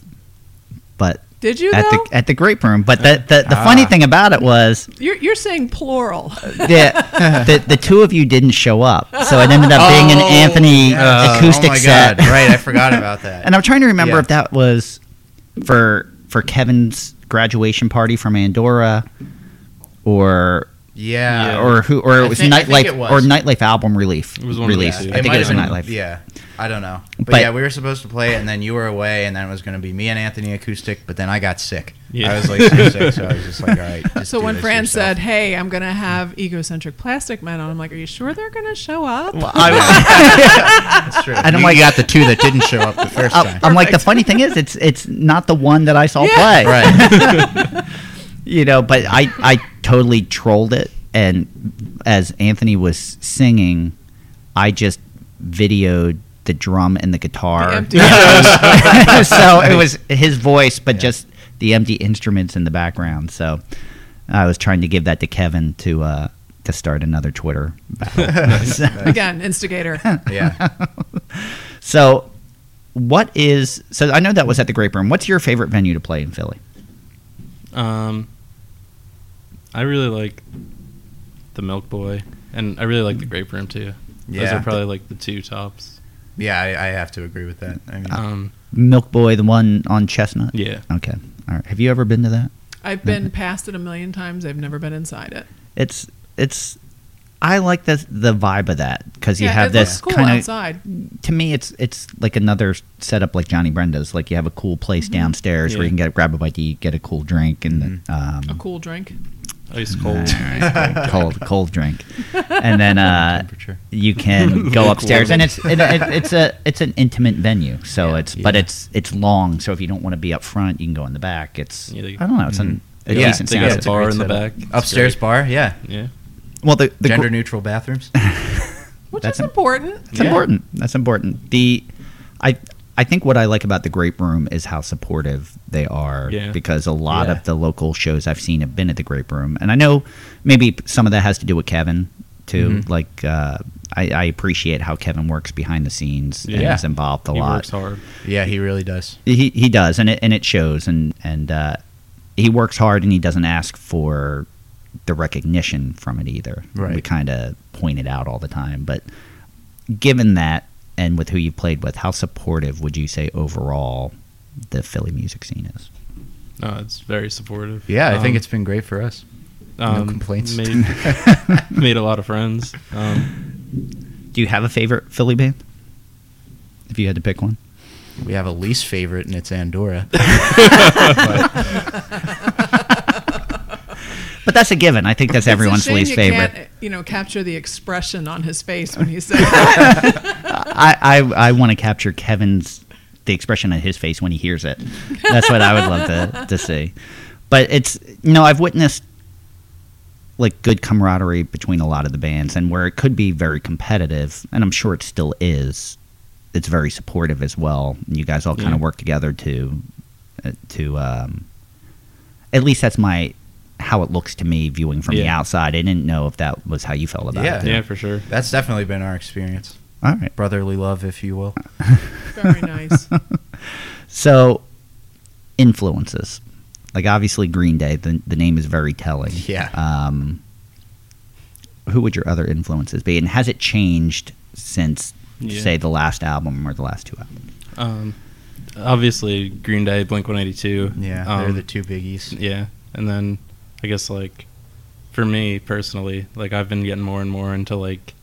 [SPEAKER 1] but
[SPEAKER 2] Did you
[SPEAKER 1] at
[SPEAKER 2] though?
[SPEAKER 1] the at the grape room. But the the, the funny
[SPEAKER 3] Ah.
[SPEAKER 1] thing about it was
[SPEAKER 2] you're, you're saying plural.
[SPEAKER 1] that the, the two of you didn't show up, so it ended up being an
[SPEAKER 3] Oh,
[SPEAKER 1] Anthony
[SPEAKER 3] yes.
[SPEAKER 1] acoustic
[SPEAKER 3] oh my
[SPEAKER 1] set.
[SPEAKER 3] God. Right, I forgot about
[SPEAKER 1] <laughs>
[SPEAKER 3] that.
[SPEAKER 1] And I'm trying to remember
[SPEAKER 3] Yeah.
[SPEAKER 1] if that was for for Kevin's graduation party from Andorra, or uh,
[SPEAKER 3] yeah.
[SPEAKER 1] or who, or
[SPEAKER 3] I
[SPEAKER 1] it was
[SPEAKER 3] think- I think
[SPEAKER 1] nightlife
[SPEAKER 3] it was.
[SPEAKER 1] or nightlife album relief
[SPEAKER 4] It was one of the
[SPEAKER 1] release.
[SPEAKER 4] two.
[SPEAKER 1] I
[SPEAKER 4] It
[SPEAKER 1] think
[SPEAKER 3] might
[SPEAKER 1] it was a
[SPEAKER 3] have
[SPEAKER 4] been-
[SPEAKER 1] nightlife.
[SPEAKER 3] Yeah, I don't know. But,
[SPEAKER 1] But-
[SPEAKER 3] yeah, we were supposed to play, and then you were away, and then it was going to be me and Anthony acoustic. But then I got sick.
[SPEAKER 4] Yeah.
[SPEAKER 3] I was like so sick, so I was just <laughs> like, all right. just
[SPEAKER 2] So
[SPEAKER 3] do
[SPEAKER 2] when
[SPEAKER 3] this
[SPEAKER 2] Fran
[SPEAKER 3] yourself. <laughs>
[SPEAKER 2] said, "Hey, I'm gonna have egocentric plastic men on," I'm like, "Are you sure they're gonna show up?" <laughs>
[SPEAKER 3] That's true.
[SPEAKER 1] And I'm
[SPEAKER 3] you,
[SPEAKER 1] like-
[SPEAKER 3] you got the two that didn't show up the <laughs> first time.
[SPEAKER 1] I'm like the funny thing is it's it's not the one that
[SPEAKER 3] <laughs>
[SPEAKER 1] I saw
[SPEAKER 2] Yeah.
[SPEAKER 1] play.
[SPEAKER 3] right.
[SPEAKER 1] you know but i i totally trolled it and as anthony was singing i just videoed the drum and the guitar <laughs>
[SPEAKER 2] The empty-
[SPEAKER 1] so it was his voice but just the empty instruments in the background so i was trying to give that to kevin to uh to start another twitter battle. <laughs> So-
[SPEAKER 2] Again, instigator.
[SPEAKER 3] Yeah.
[SPEAKER 1] <laughs> so what is so? I know that was at the Grape Room. What's your favorite venue to play in Philly?
[SPEAKER 4] Um, I really like the Milk Boy, and I really like the Grape Room too. Those
[SPEAKER 3] Yeah.
[SPEAKER 4] are probably like the two tops.
[SPEAKER 3] Yeah, I, I have to agree with that. I mean, <laughs>
[SPEAKER 4] Um,
[SPEAKER 1] Milk Boy, the one on Chestnut.
[SPEAKER 4] yeah,
[SPEAKER 1] Okay. All right. Have you ever been to that?
[SPEAKER 2] I've
[SPEAKER 1] Mm-hmm.
[SPEAKER 2] been past it a million times. I've never been inside it.
[SPEAKER 1] It's it's. I like the the vibe of that because you
[SPEAKER 2] yeah,
[SPEAKER 1] have
[SPEAKER 2] it
[SPEAKER 1] this
[SPEAKER 2] looks cool
[SPEAKER 1] kind of.
[SPEAKER 2] outside.
[SPEAKER 1] To me, it's it's like another setup like Johnny Brenda's. Like you have a cool
[SPEAKER 2] Mm-hmm.
[SPEAKER 1] place downstairs where
[SPEAKER 4] Yeah.
[SPEAKER 1] you can get grab a bite to eat, get a cool drink, and um,
[SPEAKER 4] Mm-hmm.
[SPEAKER 2] A
[SPEAKER 4] <laughs>
[SPEAKER 2] cool drink.
[SPEAKER 4] ice <laughs> cold.
[SPEAKER 1] cold cold drink, and then uh,
[SPEAKER 3] temperature.
[SPEAKER 1] you
[SPEAKER 4] <laughs>
[SPEAKER 1] can go upstairs and it's it, it, it's a it's an intimate venue so
[SPEAKER 2] Yeah.
[SPEAKER 1] it's but
[SPEAKER 3] Yeah.
[SPEAKER 1] it's it's long so if you don't want to be up front you can go in the back it's
[SPEAKER 4] Yeah, they- Mm-hmm.
[SPEAKER 1] i don't know it's an, a
[SPEAKER 3] Yeah,
[SPEAKER 1] decent
[SPEAKER 4] they
[SPEAKER 1] sound
[SPEAKER 4] got a
[SPEAKER 3] it's
[SPEAKER 1] system.
[SPEAKER 3] a
[SPEAKER 4] bar
[SPEAKER 3] great
[SPEAKER 4] in the
[SPEAKER 3] setup.
[SPEAKER 4] back. It's
[SPEAKER 3] upstairs
[SPEAKER 4] great.
[SPEAKER 3] bar, yeah.
[SPEAKER 4] Yeah.
[SPEAKER 1] well the, the
[SPEAKER 3] Gender
[SPEAKER 1] gr-
[SPEAKER 3] neutral bathrooms.
[SPEAKER 2] Which
[SPEAKER 1] That's
[SPEAKER 2] is
[SPEAKER 1] im-
[SPEAKER 2] important.
[SPEAKER 1] that's important that's important the i i think what i like about the grape room is how supportive they are
[SPEAKER 4] Yeah.
[SPEAKER 1] because a lot
[SPEAKER 3] Yeah.
[SPEAKER 1] of the local shows i've seen have been at the grape room and i know maybe some of that has to do with kevin too
[SPEAKER 4] Mm-hmm.
[SPEAKER 3] Mhm.
[SPEAKER 1] like uh I, I appreciate how Kevin works behind the scenes and
[SPEAKER 4] Yeah.
[SPEAKER 1] is involved a
[SPEAKER 4] he
[SPEAKER 1] lot.
[SPEAKER 4] works hard.
[SPEAKER 3] Yeah, he really does.
[SPEAKER 1] He he does, and it and it shows, and and uh, he works hard, and he doesn't ask for the recognition from it either.
[SPEAKER 3] Right.
[SPEAKER 1] We kind of point it out all the time, but given that, and with who you played with, how supportive would you say overall the Philly music scene is?
[SPEAKER 4] No, Uh, it's very supportive.
[SPEAKER 3] Yeah, I think
[SPEAKER 4] Um,
[SPEAKER 3] it's been great for us. no complaints. <laughs>
[SPEAKER 4] Made, <laughs> made a lot of friends. Um,
[SPEAKER 1] Do you have a favorite Philly band? If you had to pick one,
[SPEAKER 3] We have a least favorite, and it's
[SPEAKER 1] <laughs>
[SPEAKER 3] Andorra.
[SPEAKER 1] but that's a given. I think that's
[SPEAKER 2] It's a
[SPEAKER 1] everyone's
[SPEAKER 2] shame
[SPEAKER 1] least
[SPEAKER 2] you
[SPEAKER 1] favorite.
[SPEAKER 2] Can't, uh, you know, capture the expression on his face when he said that.
[SPEAKER 1] I, I, I want to capture Kevin's the expression on his face when he hears it. That's what I would love to, to see. But it's no, I've witnessed like good camaraderie between a lot of the bands, and where it could be very competitive, and I'm sure it still is. It's very supportive as well. And You guys all kind
[SPEAKER 4] Yeah.
[SPEAKER 1] of work together to uh, to um, at least that's my how it looks to me viewing from the
[SPEAKER 4] Yeah.
[SPEAKER 1] outside. I didn't know if that was how you felt about
[SPEAKER 3] Yeah.
[SPEAKER 1] it.
[SPEAKER 4] yeah, for sure.
[SPEAKER 3] That's definitely been our experience.
[SPEAKER 1] All right.
[SPEAKER 3] Brotherly love, if you will.
[SPEAKER 2] Very nice.
[SPEAKER 1] So, influences. Like, obviously, Green Day, the, the name is very telling.
[SPEAKER 3] Yeah.
[SPEAKER 1] Um, who would your other influences be? And has it changed since,
[SPEAKER 4] Yeah.
[SPEAKER 1] say, the last album or the last two albums?
[SPEAKER 4] Um, obviously, Green Day, Blink 182.
[SPEAKER 3] Yeah,
[SPEAKER 4] um,
[SPEAKER 3] they're the two biggies.
[SPEAKER 4] Yeah, and then I guess like for me personally, like I've been getting more and more into like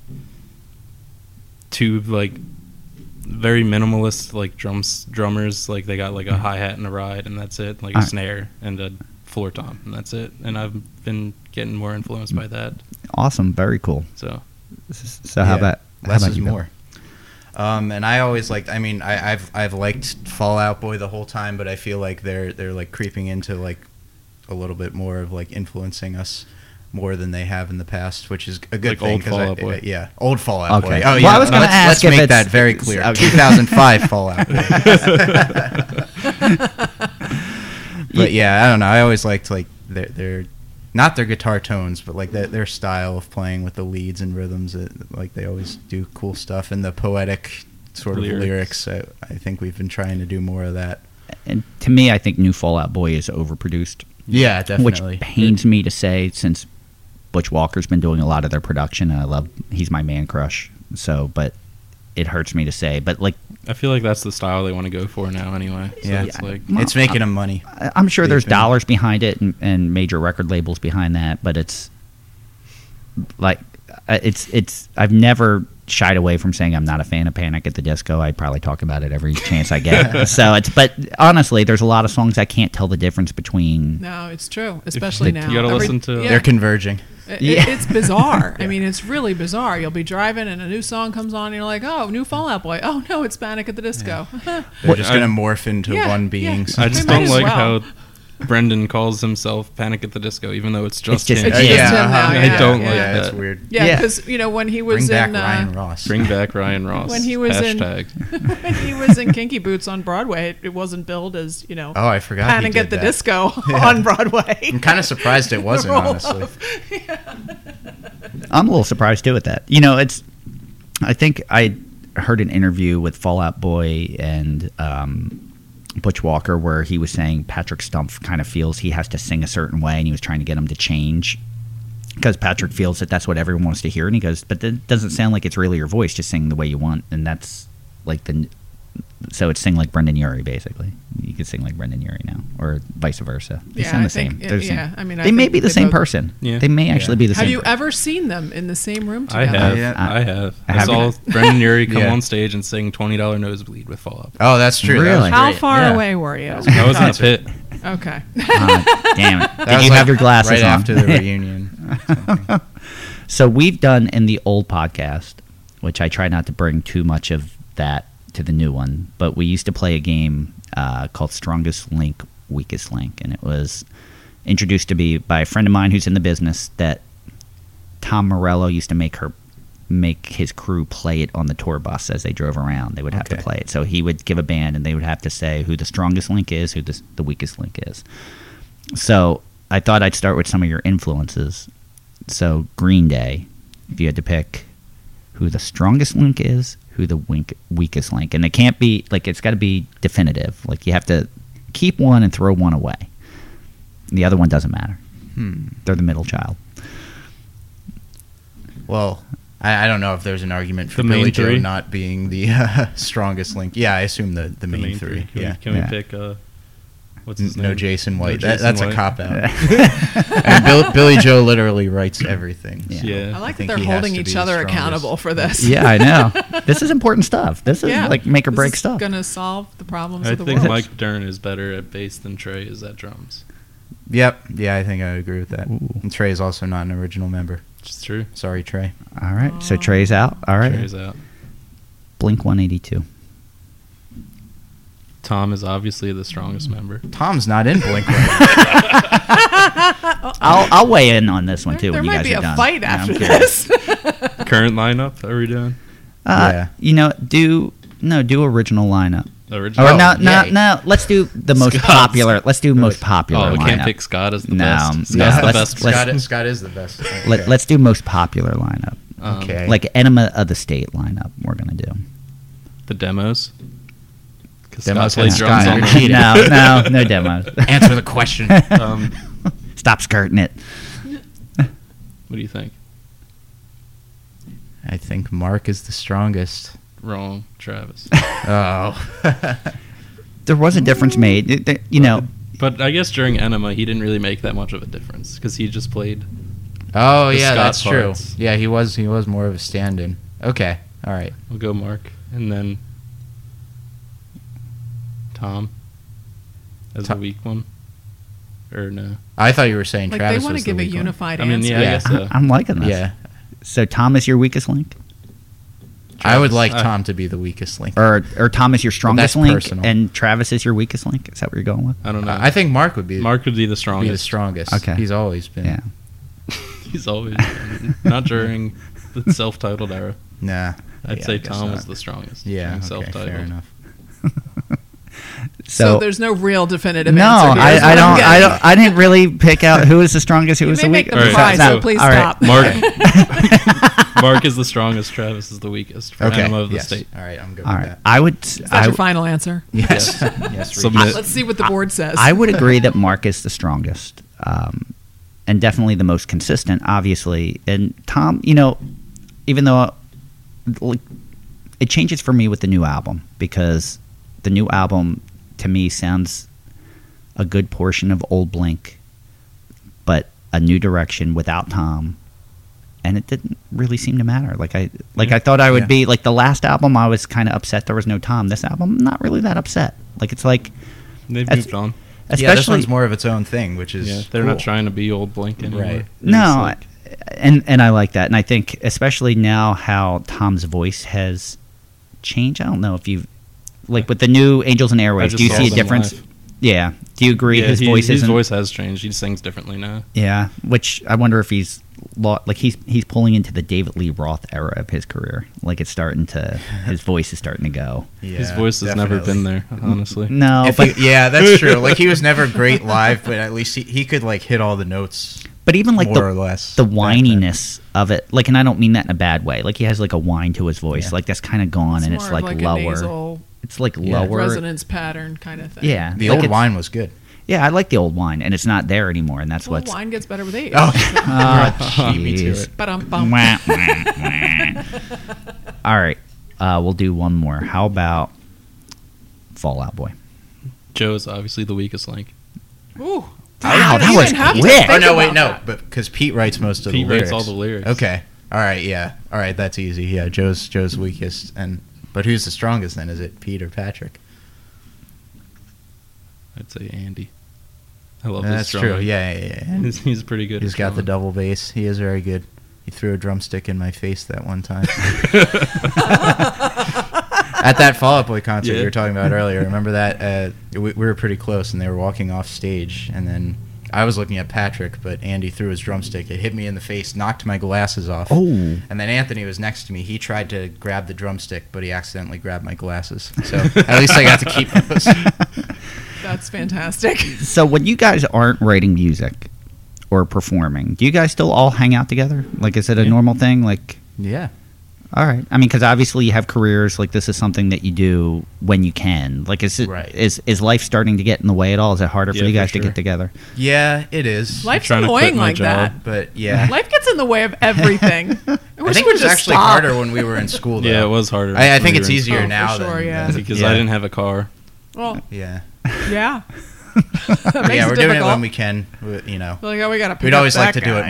[SPEAKER 4] two like very minimalist like drums drummers. Like they got like
[SPEAKER 3] Mm-hmm.
[SPEAKER 4] a hi hat and a ride, and that's it. Like a
[SPEAKER 1] Alright.
[SPEAKER 4] snare and a floor tom, and that's it. And I've been getting more influenced by that.
[SPEAKER 1] Awesome. Very cool.
[SPEAKER 4] So
[SPEAKER 1] S- So, how
[SPEAKER 3] Yeah.
[SPEAKER 1] about. How
[SPEAKER 3] Less
[SPEAKER 1] about
[SPEAKER 3] is
[SPEAKER 1] you, Bill?
[SPEAKER 3] more. Um, and I always liked. I mean, I, I've I've liked Fallout Boy the whole time, but I feel like they're they're like creeping into like a little bit more of like influencing us more than they have in the past, which is a good
[SPEAKER 4] Like
[SPEAKER 3] thing.
[SPEAKER 4] old
[SPEAKER 3] 'cause I-
[SPEAKER 4] Fall Out Boy.
[SPEAKER 3] yeah, old Fallout
[SPEAKER 1] Okay.
[SPEAKER 3] Boy. Oh
[SPEAKER 1] Well,
[SPEAKER 3] yeah,
[SPEAKER 1] I was
[SPEAKER 3] no,
[SPEAKER 1] gonna
[SPEAKER 3] let's,
[SPEAKER 1] ask
[SPEAKER 3] let's
[SPEAKER 1] if
[SPEAKER 3] make
[SPEAKER 1] it's-
[SPEAKER 3] that very
[SPEAKER 1] <laughs>
[SPEAKER 3] clear. <laughs>
[SPEAKER 1] okay. <laughs>
[SPEAKER 3] 2005 Fallout Boy.
[SPEAKER 1] Ye-
[SPEAKER 3] but yeah, I don't know. I always liked like their their not their guitar tones, but like their, their style of playing with the leads and rhythms. It, like they always do cool stuff and the poetic sort of
[SPEAKER 4] Lyrics.
[SPEAKER 3] lyrics. I, I think we've been trying to do more of that.
[SPEAKER 1] And to me, I think New Fallout Boy is overproduced,
[SPEAKER 3] Yeah,
[SPEAKER 1] which pains me to say since Butch Walker's been doing a lot of their production, and I love, he's my man crush. So, but it hurts me to say. But, like,
[SPEAKER 4] I feel like that's the style they want to go for now, anyway. So
[SPEAKER 3] Yeah.
[SPEAKER 4] it's like
[SPEAKER 3] it's making them money.
[SPEAKER 1] I- I'm sure there's
[SPEAKER 3] Leaping.
[SPEAKER 1] dollars behind it and, and major record labels behind that, but it's like uh, it's it's I've never shied away from saying I'm not a fan of Panic at the Disco. I probably talk about it every chance I get. so it's but honestly, there's a lot of songs I can't tell the difference between.
[SPEAKER 2] No, it's true, especially
[SPEAKER 4] you
[SPEAKER 2] now.
[SPEAKER 4] gotta listen to-
[SPEAKER 2] yeah,
[SPEAKER 3] They're converging.
[SPEAKER 2] it-
[SPEAKER 1] Yeah.
[SPEAKER 2] It's
[SPEAKER 4] <laughs>
[SPEAKER 2] bizarre. I mean, it's really bizarre. You'll be driving and a new song comes on, and you're like, "Oh, new Fallout Boy." Oh no, it's Panic at the Disco.
[SPEAKER 3] They're
[SPEAKER 1] What-
[SPEAKER 3] just gonna morph into
[SPEAKER 2] Yeah,
[SPEAKER 3] one
[SPEAKER 2] yeah.
[SPEAKER 3] being.
[SPEAKER 4] I
[SPEAKER 3] somehow.
[SPEAKER 4] just
[SPEAKER 2] They might
[SPEAKER 4] don't
[SPEAKER 2] as
[SPEAKER 4] like
[SPEAKER 2] well.
[SPEAKER 4] how Brendan calls himself Panic at the Disco, even though it's just,
[SPEAKER 1] just-
[SPEAKER 4] him.
[SPEAKER 1] it's
[SPEAKER 2] just
[SPEAKER 1] Yeah,
[SPEAKER 2] him now,
[SPEAKER 3] uh-huh.
[SPEAKER 2] yeah,
[SPEAKER 4] I don't
[SPEAKER 2] yeah.
[SPEAKER 4] like
[SPEAKER 3] Yeah, it's
[SPEAKER 4] that.
[SPEAKER 3] weird.
[SPEAKER 2] <laughs> Yeah,
[SPEAKER 1] Yeah.
[SPEAKER 2] because you know when he was
[SPEAKER 3] Bring back
[SPEAKER 2] in <laughs>
[SPEAKER 3] Ryan
[SPEAKER 2] uh,
[SPEAKER 3] Ross.
[SPEAKER 4] Bring back Ryan Ross.
[SPEAKER 2] When he was in-
[SPEAKER 4] Hashtag.
[SPEAKER 2] when he was in Kinky Boots on Broadway, it, it wasn't billed as you know
[SPEAKER 3] oh, I forgot. he
[SPEAKER 2] Panic
[SPEAKER 3] did
[SPEAKER 2] at the
[SPEAKER 3] that.
[SPEAKER 2] Disco <laughs> on Broadway.
[SPEAKER 3] I'm kind of surprised
[SPEAKER 2] <laughs>
[SPEAKER 3] it wasn't
[SPEAKER 2] Roll
[SPEAKER 3] honestly.
[SPEAKER 1] I'm a little surprised too at that. You know, it's I think I heard an interview with Fallout Boy and um, Butch Walker where he was saying Patrick Stumpf kind of feels he has to sing a certain way, and he was trying to get him to change because Patrick feels that that's what everyone wants to hear, and he goes, "But that doesn't sound like it's really your voice. Just sing the way you want." And that's like the so it's sing like Brendan Urie basically. You could sing like Brendan Urie now, or vice versa. They
[SPEAKER 2] Yeah,
[SPEAKER 1] sound
[SPEAKER 2] I
[SPEAKER 1] the
[SPEAKER 2] think-
[SPEAKER 1] same. They're the same.
[SPEAKER 2] yeah, I mean, I
[SPEAKER 1] they may
[SPEAKER 2] think
[SPEAKER 1] be the
[SPEAKER 2] they
[SPEAKER 1] same
[SPEAKER 2] both-
[SPEAKER 1] person.
[SPEAKER 4] Yeah.
[SPEAKER 1] They may actually be the same.
[SPEAKER 2] Have you
[SPEAKER 1] person.
[SPEAKER 2] ever seen them in the same room
[SPEAKER 4] I
[SPEAKER 2] together?
[SPEAKER 4] have,
[SPEAKER 3] Yeah.
[SPEAKER 4] I have.
[SPEAKER 1] I
[SPEAKER 4] I,
[SPEAKER 1] have-
[SPEAKER 4] saw <laughs> Brendan Urie come
[SPEAKER 3] Yeah.
[SPEAKER 4] on stage and sing twenty dollar nosebleed with Fall Out. Boy.
[SPEAKER 3] Oh, that's true. That was
[SPEAKER 1] Really?
[SPEAKER 3] great.
[SPEAKER 2] How far
[SPEAKER 3] Yeah.
[SPEAKER 2] away were you?
[SPEAKER 4] I was in the pit.
[SPEAKER 2] Okay.
[SPEAKER 1] Ah, damn it! Did
[SPEAKER 3] <laughs> That was,
[SPEAKER 1] you
[SPEAKER 3] like,
[SPEAKER 1] have your glasses
[SPEAKER 3] right
[SPEAKER 1] on? <laughs>
[SPEAKER 3] after the reunion?
[SPEAKER 1] So we've done in the old podcast, which I try not to bring too much of that to the new one, but we used to play a game uh, called Strongest Link, Weakest Link, and it was introduced to me by a friend of mine who's in the business that Tom Morello used to make her make his crew play it on the tour bus as they drove around. They would have to
[SPEAKER 3] Okay.
[SPEAKER 1] play it. So he would give a band and they would have to say who the strongest link is, who the, the weakest link is. So I thought I'd start with some of your influences. So Green Day, if you had to pick who the strongest link is, who the wink, weakest link, and it can't be like it's got to be definitive. Like you have to keep one and throw one away. The other one doesn't matter.
[SPEAKER 3] Hmm.
[SPEAKER 1] They're the middle child.
[SPEAKER 3] Well, I, I don't know if there's an argument for
[SPEAKER 4] The main
[SPEAKER 3] Billy Joe
[SPEAKER 4] three?
[SPEAKER 3] not being the <laughs> uh, strongest link. Yeah, I assume the, the, main, three.
[SPEAKER 4] Can,
[SPEAKER 3] yeah.
[SPEAKER 4] we, can
[SPEAKER 1] Yeah.
[SPEAKER 4] we pick? Uh, what's
[SPEAKER 3] N-
[SPEAKER 4] his name?
[SPEAKER 3] No Jason White. that,
[SPEAKER 4] Jason
[SPEAKER 3] that's
[SPEAKER 4] White.
[SPEAKER 3] a cop out. <laughs> and
[SPEAKER 1] <laughs>
[SPEAKER 3] Bill, Billy Joe literally writes everything.
[SPEAKER 1] Yeah.
[SPEAKER 4] Yeah.
[SPEAKER 2] I like that
[SPEAKER 3] think
[SPEAKER 2] they're
[SPEAKER 3] he has
[SPEAKER 2] holding
[SPEAKER 3] to be
[SPEAKER 2] each
[SPEAKER 3] the
[SPEAKER 2] other
[SPEAKER 3] strongest.
[SPEAKER 2] accountable for this.
[SPEAKER 1] yeah, I know. This is important stuff. This is
[SPEAKER 2] Yeah.
[SPEAKER 1] like make or
[SPEAKER 2] This
[SPEAKER 1] break
[SPEAKER 2] is
[SPEAKER 1] stuff.
[SPEAKER 2] Gonna solve the problems
[SPEAKER 4] I
[SPEAKER 2] of the
[SPEAKER 4] think
[SPEAKER 2] world.
[SPEAKER 4] Mike Dern is better at bass than Trey is at drums.
[SPEAKER 3] Yep. Yeah, I think I agree with that.
[SPEAKER 1] Ooh.
[SPEAKER 3] And Trey is also not an original member.
[SPEAKER 4] It's true.
[SPEAKER 3] Sorry, Trey.
[SPEAKER 1] All right. So Trey's out. All right.
[SPEAKER 4] Trey's out.
[SPEAKER 1] Blink 182.
[SPEAKER 4] Tom is obviously the strongest
[SPEAKER 2] Mm.
[SPEAKER 4] member.
[SPEAKER 3] Tom's not in Blink.
[SPEAKER 1] I'll, I'll weigh in on this one
[SPEAKER 2] there
[SPEAKER 1] too
[SPEAKER 2] there
[SPEAKER 1] when you
[SPEAKER 2] might
[SPEAKER 1] guys
[SPEAKER 2] be
[SPEAKER 1] are
[SPEAKER 2] a
[SPEAKER 1] done.
[SPEAKER 2] fight
[SPEAKER 1] Yeah, I'm
[SPEAKER 2] after
[SPEAKER 1] curious.
[SPEAKER 2] this.
[SPEAKER 4] Current lineup? Are we doing
[SPEAKER 1] Uh,
[SPEAKER 3] Yeah.
[SPEAKER 1] You know, do no do original lineup.
[SPEAKER 4] the original?
[SPEAKER 1] Or
[SPEAKER 3] Oh,
[SPEAKER 1] no, no,
[SPEAKER 3] yay.
[SPEAKER 1] no. Let's do the most
[SPEAKER 4] Scott's-
[SPEAKER 1] popular. Let's do most popular
[SPEAKER 4] oh, we
[SPEAKER 1] lineup.
[SPEAKER 4] can't pick Scott as the
[SPEAKER 1] No, no,
[SPEAKER 4] best. Scott's the
[SPEAKER 1] let's-
[SPEAKER 4] best.
[SPEAKER 1] let's-
[SPEAKER 4] Let's,
[SPEAKER 3] Scott, is- Scott is the best.
[SPEAKER 1] Let, Let's do most popular lineup.
[SPEAKER 4] Um,
[SPEAKER 3] Okay.
[SPEAKER 1] Like Enema of the State lineup. We're gonna do.
[SPEAKER 4] the demos. 'Cause
[SPEAKER 3] Demos
[SPEAKER 4] Scott played
[SPEAKER 3] and
[SPEAKER 4] drums
[SPEAKER 3] Scott.
[SPEAKER 4] on the
[SPEAKER 1] <laughs>
[SPEAKER 3] Cheating.
[SPEAKER 1] no,
[SPEAKER 4] <laughs>
[SPEAKER 1] no, no demos.
[SPEAKER 3] <laughs> Answer the question. <laughs>
[SPEAKER 4] Um,
[SPEAKER 1] <laughs> Stop skirting it.
[SPEAKER 4] What do you think?
[SPEAKER 3] I think Mark is the strongest.
[SPEAKER 4] Wrong, Travis. <laughs>
[SPEAKER 3] Oh.
[SPEAKER 1] Uh, There was a difference made. It- it- you know,
[SPEAKER 4] But I guess during Enema, he didn't really make that much of a difference because he just played.
[SPEAKER 3] Oh
[SPEAKER 4] The
[SPEAKER 3] yeah,
[SPEAKER 4] Scott
[SPEAKER 3] that's
[SPEAKER 4] parts.
[SPEAKER 3] true. Yeah, he was he was more of a stand-in. Okay, all right.
[SPEAKER 4] We'll go Mark and then Tom as the
[SPEAKER 3] Tom-
[SPEAKER 4] weak one. Or no?
[SPEAKER 3] I thought you were saying
[SPEAKER 2] like they
[SPEAKER 3] Travis
[SPEAKER 2] want to
[SPEAKER 3] was the
[SPEAKER 2] give a
[SPEAKER 3] weak one.
[SPEAKER 2] unified
[SPEAKER 4] I mean,
[SPEAKER 2] answer.
[SPEAKER 4] yeah, I
[SPEAKER 3] Yeah.
[SPEAKER 4] guess uh,
[SPEAKER 1] I,
[SPEAKER 4] so.
[SPEAKER 1] I'm liking this.
[SPEAKER 3] Yeah,
[SPEAKER 1] So Tom is your weakest link,
[SPEAKER 3] I would
[SPEAKER 4] Travis.
[SPEAKER 3] like
[SPEAKER 4] Uh,
[SPEAKER 3] Tom to be the weakest link.
[SPEAKER 1] or or Tom is your strongest
[SPEAKER 3] that's
[SPEAKER 1] link,
[SPEAKER 3] personal.
[SPEAKER 1] and Travis is your weakest link. Is that what you're going with?
[SPEAKER 4] I don't know.
[SPEAKER 3] I think Mark would be
[SPEAKER 4] Mark would be
[SPEAKER 3] be
[SPEAKER 4] the
[SPEAKER 3] the
[SPEAKER 4] strongest. <laughs>
[SPEAKER 3] strongest.
[SPEAKER 1] Okay.
[SPEAKER 3] he's always been.
[SPEAKER 1] Yeah.
[SPEAKER 4] He's
[SPEAKER 3] <laughs>
[SPEAKER 4] always not during the self-titled era.
[SPEAKER 3] Nah.
[SPEAKER 4] I'd
[SPEAKER 3] Yeah, I
[SPEAKER 4] say
[SPEAKER 3] guess
[SPEAKER 4] Tom was
[SPEAKER 3] not.
[SPEAKER 4] the strongest.
[SPEAKER 3] Yeah.
[SPEAKER 4] during
[SPEAKER 3] Okay, fair enough.
[SPEAKER 2] so,
[SPEAKER 1] So,
[SPEAKER 2] there's no real definitive
[SPEAKER 1] no,
[SPEAKER 2] answer. here,
[SPEAKER 1] I,
[SPEAKER 2] is what
[SPEAKER 1] I
[SPEAKER 2] I'm
[SPEAKER 1] don't. I
[SPEAKER 2] getting.
[SPEAKER 1] don't. I didn't really pick out who was the strongest, who
[SPEAKER 2] You
[SPEAKER 1] was
[SPEAKER 2] may
[SPEAKER 1] the
[SPEAKER 2] make
[SPEAKER 1] weakest.
[SPEAKER 2] the
[SPEAKER 4] All right,
[SPEAKER 2] prize,
[SPEAKER 4] so-
[SPEAKER 2] so please
[SPEAKER 1] all right.
[SPEAKER 2] stop.
[SPEAKER 4] Mark, Mark is the strongest. Travis is the weakest. For
[SPEAKER 3] Okay.
[SPEAKER 4] Enema of the
[SPEAKER 3] yes.
[SPEAKER 4] state.
[SPEAKER 3] All right, I'm good
[SPEAKER 1] All
[SPEAKER 3] with
[SPEAKER 2] <laughs>
[SPEAKER 1] right. I would. Is
[SPEAKER 2] Is that your final answer?
[SPEAKER 4] <laughs>
[SPEAKER 3] that. Yes.
[SPEAKER 4] Yes.
[SPEAKER 3] yes.
[SPEAKER 4] Submit.
[SPEAKER 3] Regis.
[SPEAKER 2] Let's see what the board says.
[SPEAKER 1] I
[SPEAKER 3] <laughs>
[SPEAKER 1] would agree that Mark is the strongest, um, and definitely the most consistent. Obviously, and Tom, you know, even though like, it changes for me with the new album because the new album to me sounds a good portion of old Blink, but a new direction without Tom. And it didn't really seem to matter. Like I, like I thought I would
[SPEAKER 3] Yeah.
[SPEAKER 1] be. Like the last album, I was kind of upset there was no Tom. This album, not really that upset. Like it's like
[SPEAKER 4] They've
[SPEAKER 1] That's-
[SPEAKER 4] moved on.
[SPEAKER 1] especially
[SPEAKER 3] yeah, this one's more of its own thing, which is
[SPEAKER 4] Yeah, they're not
[SPEAKER 3] cool.
[SPEAKER 4] trying to be old Blink anymore.
[SPEAKER 3] Right.
[SPEAKER 4] It's
[SPEAKER 1] no
[SPEAKER 4] like-
[SPEAKER 1] I- and and i like that and i think especially now how tom's voice has changed i don't know if you've like with the new angels and airways
[SPEAKER 4] I
[SPEAKER 1] do you
[SPEAKER 4] just
[SPEAKER 1] see a
[SPEAKER 4] saw them
[SPEAKER 1] difference
[SPEAKER 4] live.
[SPEAKER 1] yeah do you agree
[SPEAKER 4] yeah,
[SPEAKER 1] his
[SPEAKER 4] he-
[SPEAKER 1] voice
[SPEAKER 4] his
[SPEAKER 1] isn't
[SPEAKER 4] voice has changed. He sings differently now.
[SPEAKER 1] yeah which i wonder if he's lo- like he's he's pulling into the david lee roth era of his career like it's starting to his voice is starting to go
[SPEAKER 3] Yeah,
[SPEAKER 4] his voice has never
[SPEAKER 3] definitely. Mm-hmm.
[SPEAKER 4] been there, honestly.
[SPEAKER 1] no
[SPEAKER 3] If
[SPEAKER 1] but
[SPEAKER 4] <laughs>
[SPEAKER 3] he- yeah, that's true. Like he was never great live, but at least he, he could like hit all the notes.
[SPEAKER 1] But even like
[SPEAKER 3] more
[SPEAKER 1] the
[SPEAKER 3] or less
[SPEAKER 1] the
[SPEAKER 3] back then.
[SPEAKER 1] whininess of it, like, and I don't mean that in a bad way. Like he has like a whine to his voice,
[SPEAKER 3] Yeah.
[SPEAKER 1] like that's kind of gone, and
[SPEAKER 2] more
[SPEAKER 1] it's
[SPEAKER 2] of
[SPEAKER 1] like,
[SPEAKER 2] a
[SPEAKER 1] lower.
[SPEAKER 2] nasal
[SPEAKER 1] It's like
[SPEAKER 3] Yeah.
[SPEAKER 1] lower.
[SPEAKER 2] resonance pattern kind of thing.
[SPEAKER 1] Yeah,
[SPEAKER 3] The
[SPEAKER 1] like
[SPEAKER 3] old
[SPEAKER 1] it's-
[SPEAKER 3] wine was good.
[SPEAKER 1] Yeah, I like the old wine, and it's not there anymore, and that's
[SPEAKER 2] Well,
[SPEAKER 1] <laughs> what's.
[SPEAKER 2] wine <laughs> gets better with age.
[SPEAKER 1] Oh,
[SPEAKER 3] Beat Ah, me to
[SPEAKER 1] jeez.
[SPEAKER 3] it.
[SPEAKER 2] But I'm
[SPEAKER 1] Wah,
[SPEAKER 2] bummed.
[SPEAKER 1] wah, wah. All right, uh, we'll do one more. How about Fallout Boy?
[SPEAKER 4] Joe is obviously the weekest link.
[SPEAKER 2] Ooh.
[SPEAKER 1] Wow, that
[SPEAKER 2] you
[SPEAKER 1] was
[SPEAKER 2] didn't have to
[SPEAKER 1] quick.
[SPEAKER 2] think
[SPEAKER 3] Oh no,
[SPEAKER 2] about
[SPEAKER 3] wait, no,
[SPEAKER 2] that.
[SPEAKER 3] but because Pete writes most of
[SPEAKER 4] Pete
[SPEAKER 3] the lyrics.
[SPEAKER 4] writes all the lyrics.
[SPEAKER 3] Okay, all right, yeah, all right, that's easy. Yeah, Joe's Joe's weakest, and but who's the strongest then? Is it Pete or Patrick?
[SPEAKER 4] I'd say Andy. I love his
[SPEAKER 3] that's
[SPEAKER 4] drum.
[SPEAKER 3] true. Yeah, yeah, yeah.
[SPEAKER 4] He's, he's pretty good.
[SPEAKER 3] He's
[SPEAKER 4] at
[SPEAKER 3] got the
[SPEAKER 4] drumming.
[SPEAKER 3] double bass. He is very good. He threw a drumstick in my face that one time <laughs>
[SPEAKER 4] <laughs>
[SPEAKER 3] at that Fall Out Boy concert
[SPEAKER 4] Yeah.
[SPEAKER 3] you were talking about earlier. Remember that? Uh, we, we were pretty close, and they were walking off stage, and then I was looking at Patrick, but Andy threw his drumstick. It hit me in the face, knocked my glasses off.
[SPEAKER 1] Oh,
[SPEAKER 3] And then Anthony was next to me. He tried to grab the drumstick, but he accidentally grabbed my glasses. So at least I got to keep those.
[SPEAKER 2] That's
[SPEAKER 1] <laughs>
[SPEAKER 2] fantastic.
[SPEAKER 1] so when you guys aren't writing music or performing, do you guys still all hang out together? Like, is it a
[SPEAKER 4] Yeah.
[SPEAKER 1] normal thing? Like,
[SPEAKER 3] Yeah.
[SPEAKER 1] all right. I mean, because obviously you have careers. Like, this is something that you do when you can. Like, is it is
[SPEAKER 3] Right.
[SPEAKER 1] is life starting to get in the way at all? Is it harder
[SPEAKER 4] Yeah,
[SPEAKER 1] for you
[SPEAKER 4] for
[SPEAKER 1] guys
[SPEAKER 4] sure.
[SPEAKER 1] to get together?
[SPEAKER 3] Yeah, it is.
[SPEAKER 2] Life's
[SPEAKER 4] trying to quit
[SPEAKER 2] annoying
[SPEAKER 4] my
[SPEAKER 2] like that.
[SPEAKER 3] But yeah.
[SPEAKER 2] Life gets in the way
[SPEAKER 1] <laughs>
[SPEAKER 2] of <laughs> everything. I,
[SPEAKER 3] I
[SPEAKER 2] wish
[SPEAKER 3] think
[SPEAKER 2] it
[SPEAKER 3] it
[SPEAKER 2] would
[SPEAKER 3] was
[SPEAKER 2] just
[SPEAKER 3] actually
[SPEAKER 2] stop.
[SPEAKER 3] harder when we were in school, though.
[SPEAKER 4] Yeah, it was harder.
[SPEAKER 3] I, I
[SPEAKER 4] when
[SPEAKER 3] think
[SPEAKER 4] we
[SPEAKER 3] it's
[SPEAKER 4] were in
[SPEAKER 3] easier
[SPEAKER 2] Oh, for
[SPEAKER 3] now
[SPEAKER 2] sure,
[SPEAKER 3] than,
[SPEAKER 2] yeah.
[SPEAKER 4] school.
[SPEAKER 3] than-
[SPEAKER 4] because
[SPEAKER 3] yeah.
[SPEAKER 4] I didn't have a car.
[SPEAKER 2] Well,
[SPEAKER 3] Yeah,
[SPEAKER 2] yeah.
[SPEAKER 1] <laughs>
[SPEAKER 3] yeah,
[SPEAKER 2] That makes
[SPEAKER 3] we're
[SPEAKER 2] it
[SPEAKER 3] doing it
[SPEAKER 2] difficult.
[SPEAKER 3] when we can. We- You know,
[SPEAKER 2] Like, oh, we gotta pick
[SPEAKER 3] we'd
[SPEAKER 2] up
[SPEAKER 3] always like
[SPEAKER 2] that
[SPEAKER 3] to do
[SPEAKER 2] guy.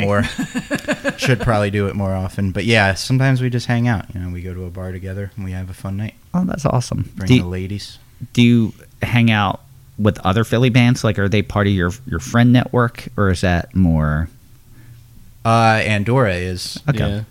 [SPEAKER 2] <laughs>
[SPEAKER 3] it more. Should probably do it more often. But yeah, sometimes we just hang out. You know, we go to a bar together and we have a fun night.
[SPEAKER 1] Oh, that's awesome.
[SPEAKER 3] Bring
[SPEAKER 1] Do
[SPEAKER 3] the
[SPEAKER 1] you,
[SPEAKER 3] ladies.
[SPEAKER 1] do you hang out with other Philly bands? Like, are they part of your your friend network, or is that more?
[SPEAKER 3] Uh, Andorra is.
[SPEAKER 1] Okay.
[SPEAKER 4] Yeah.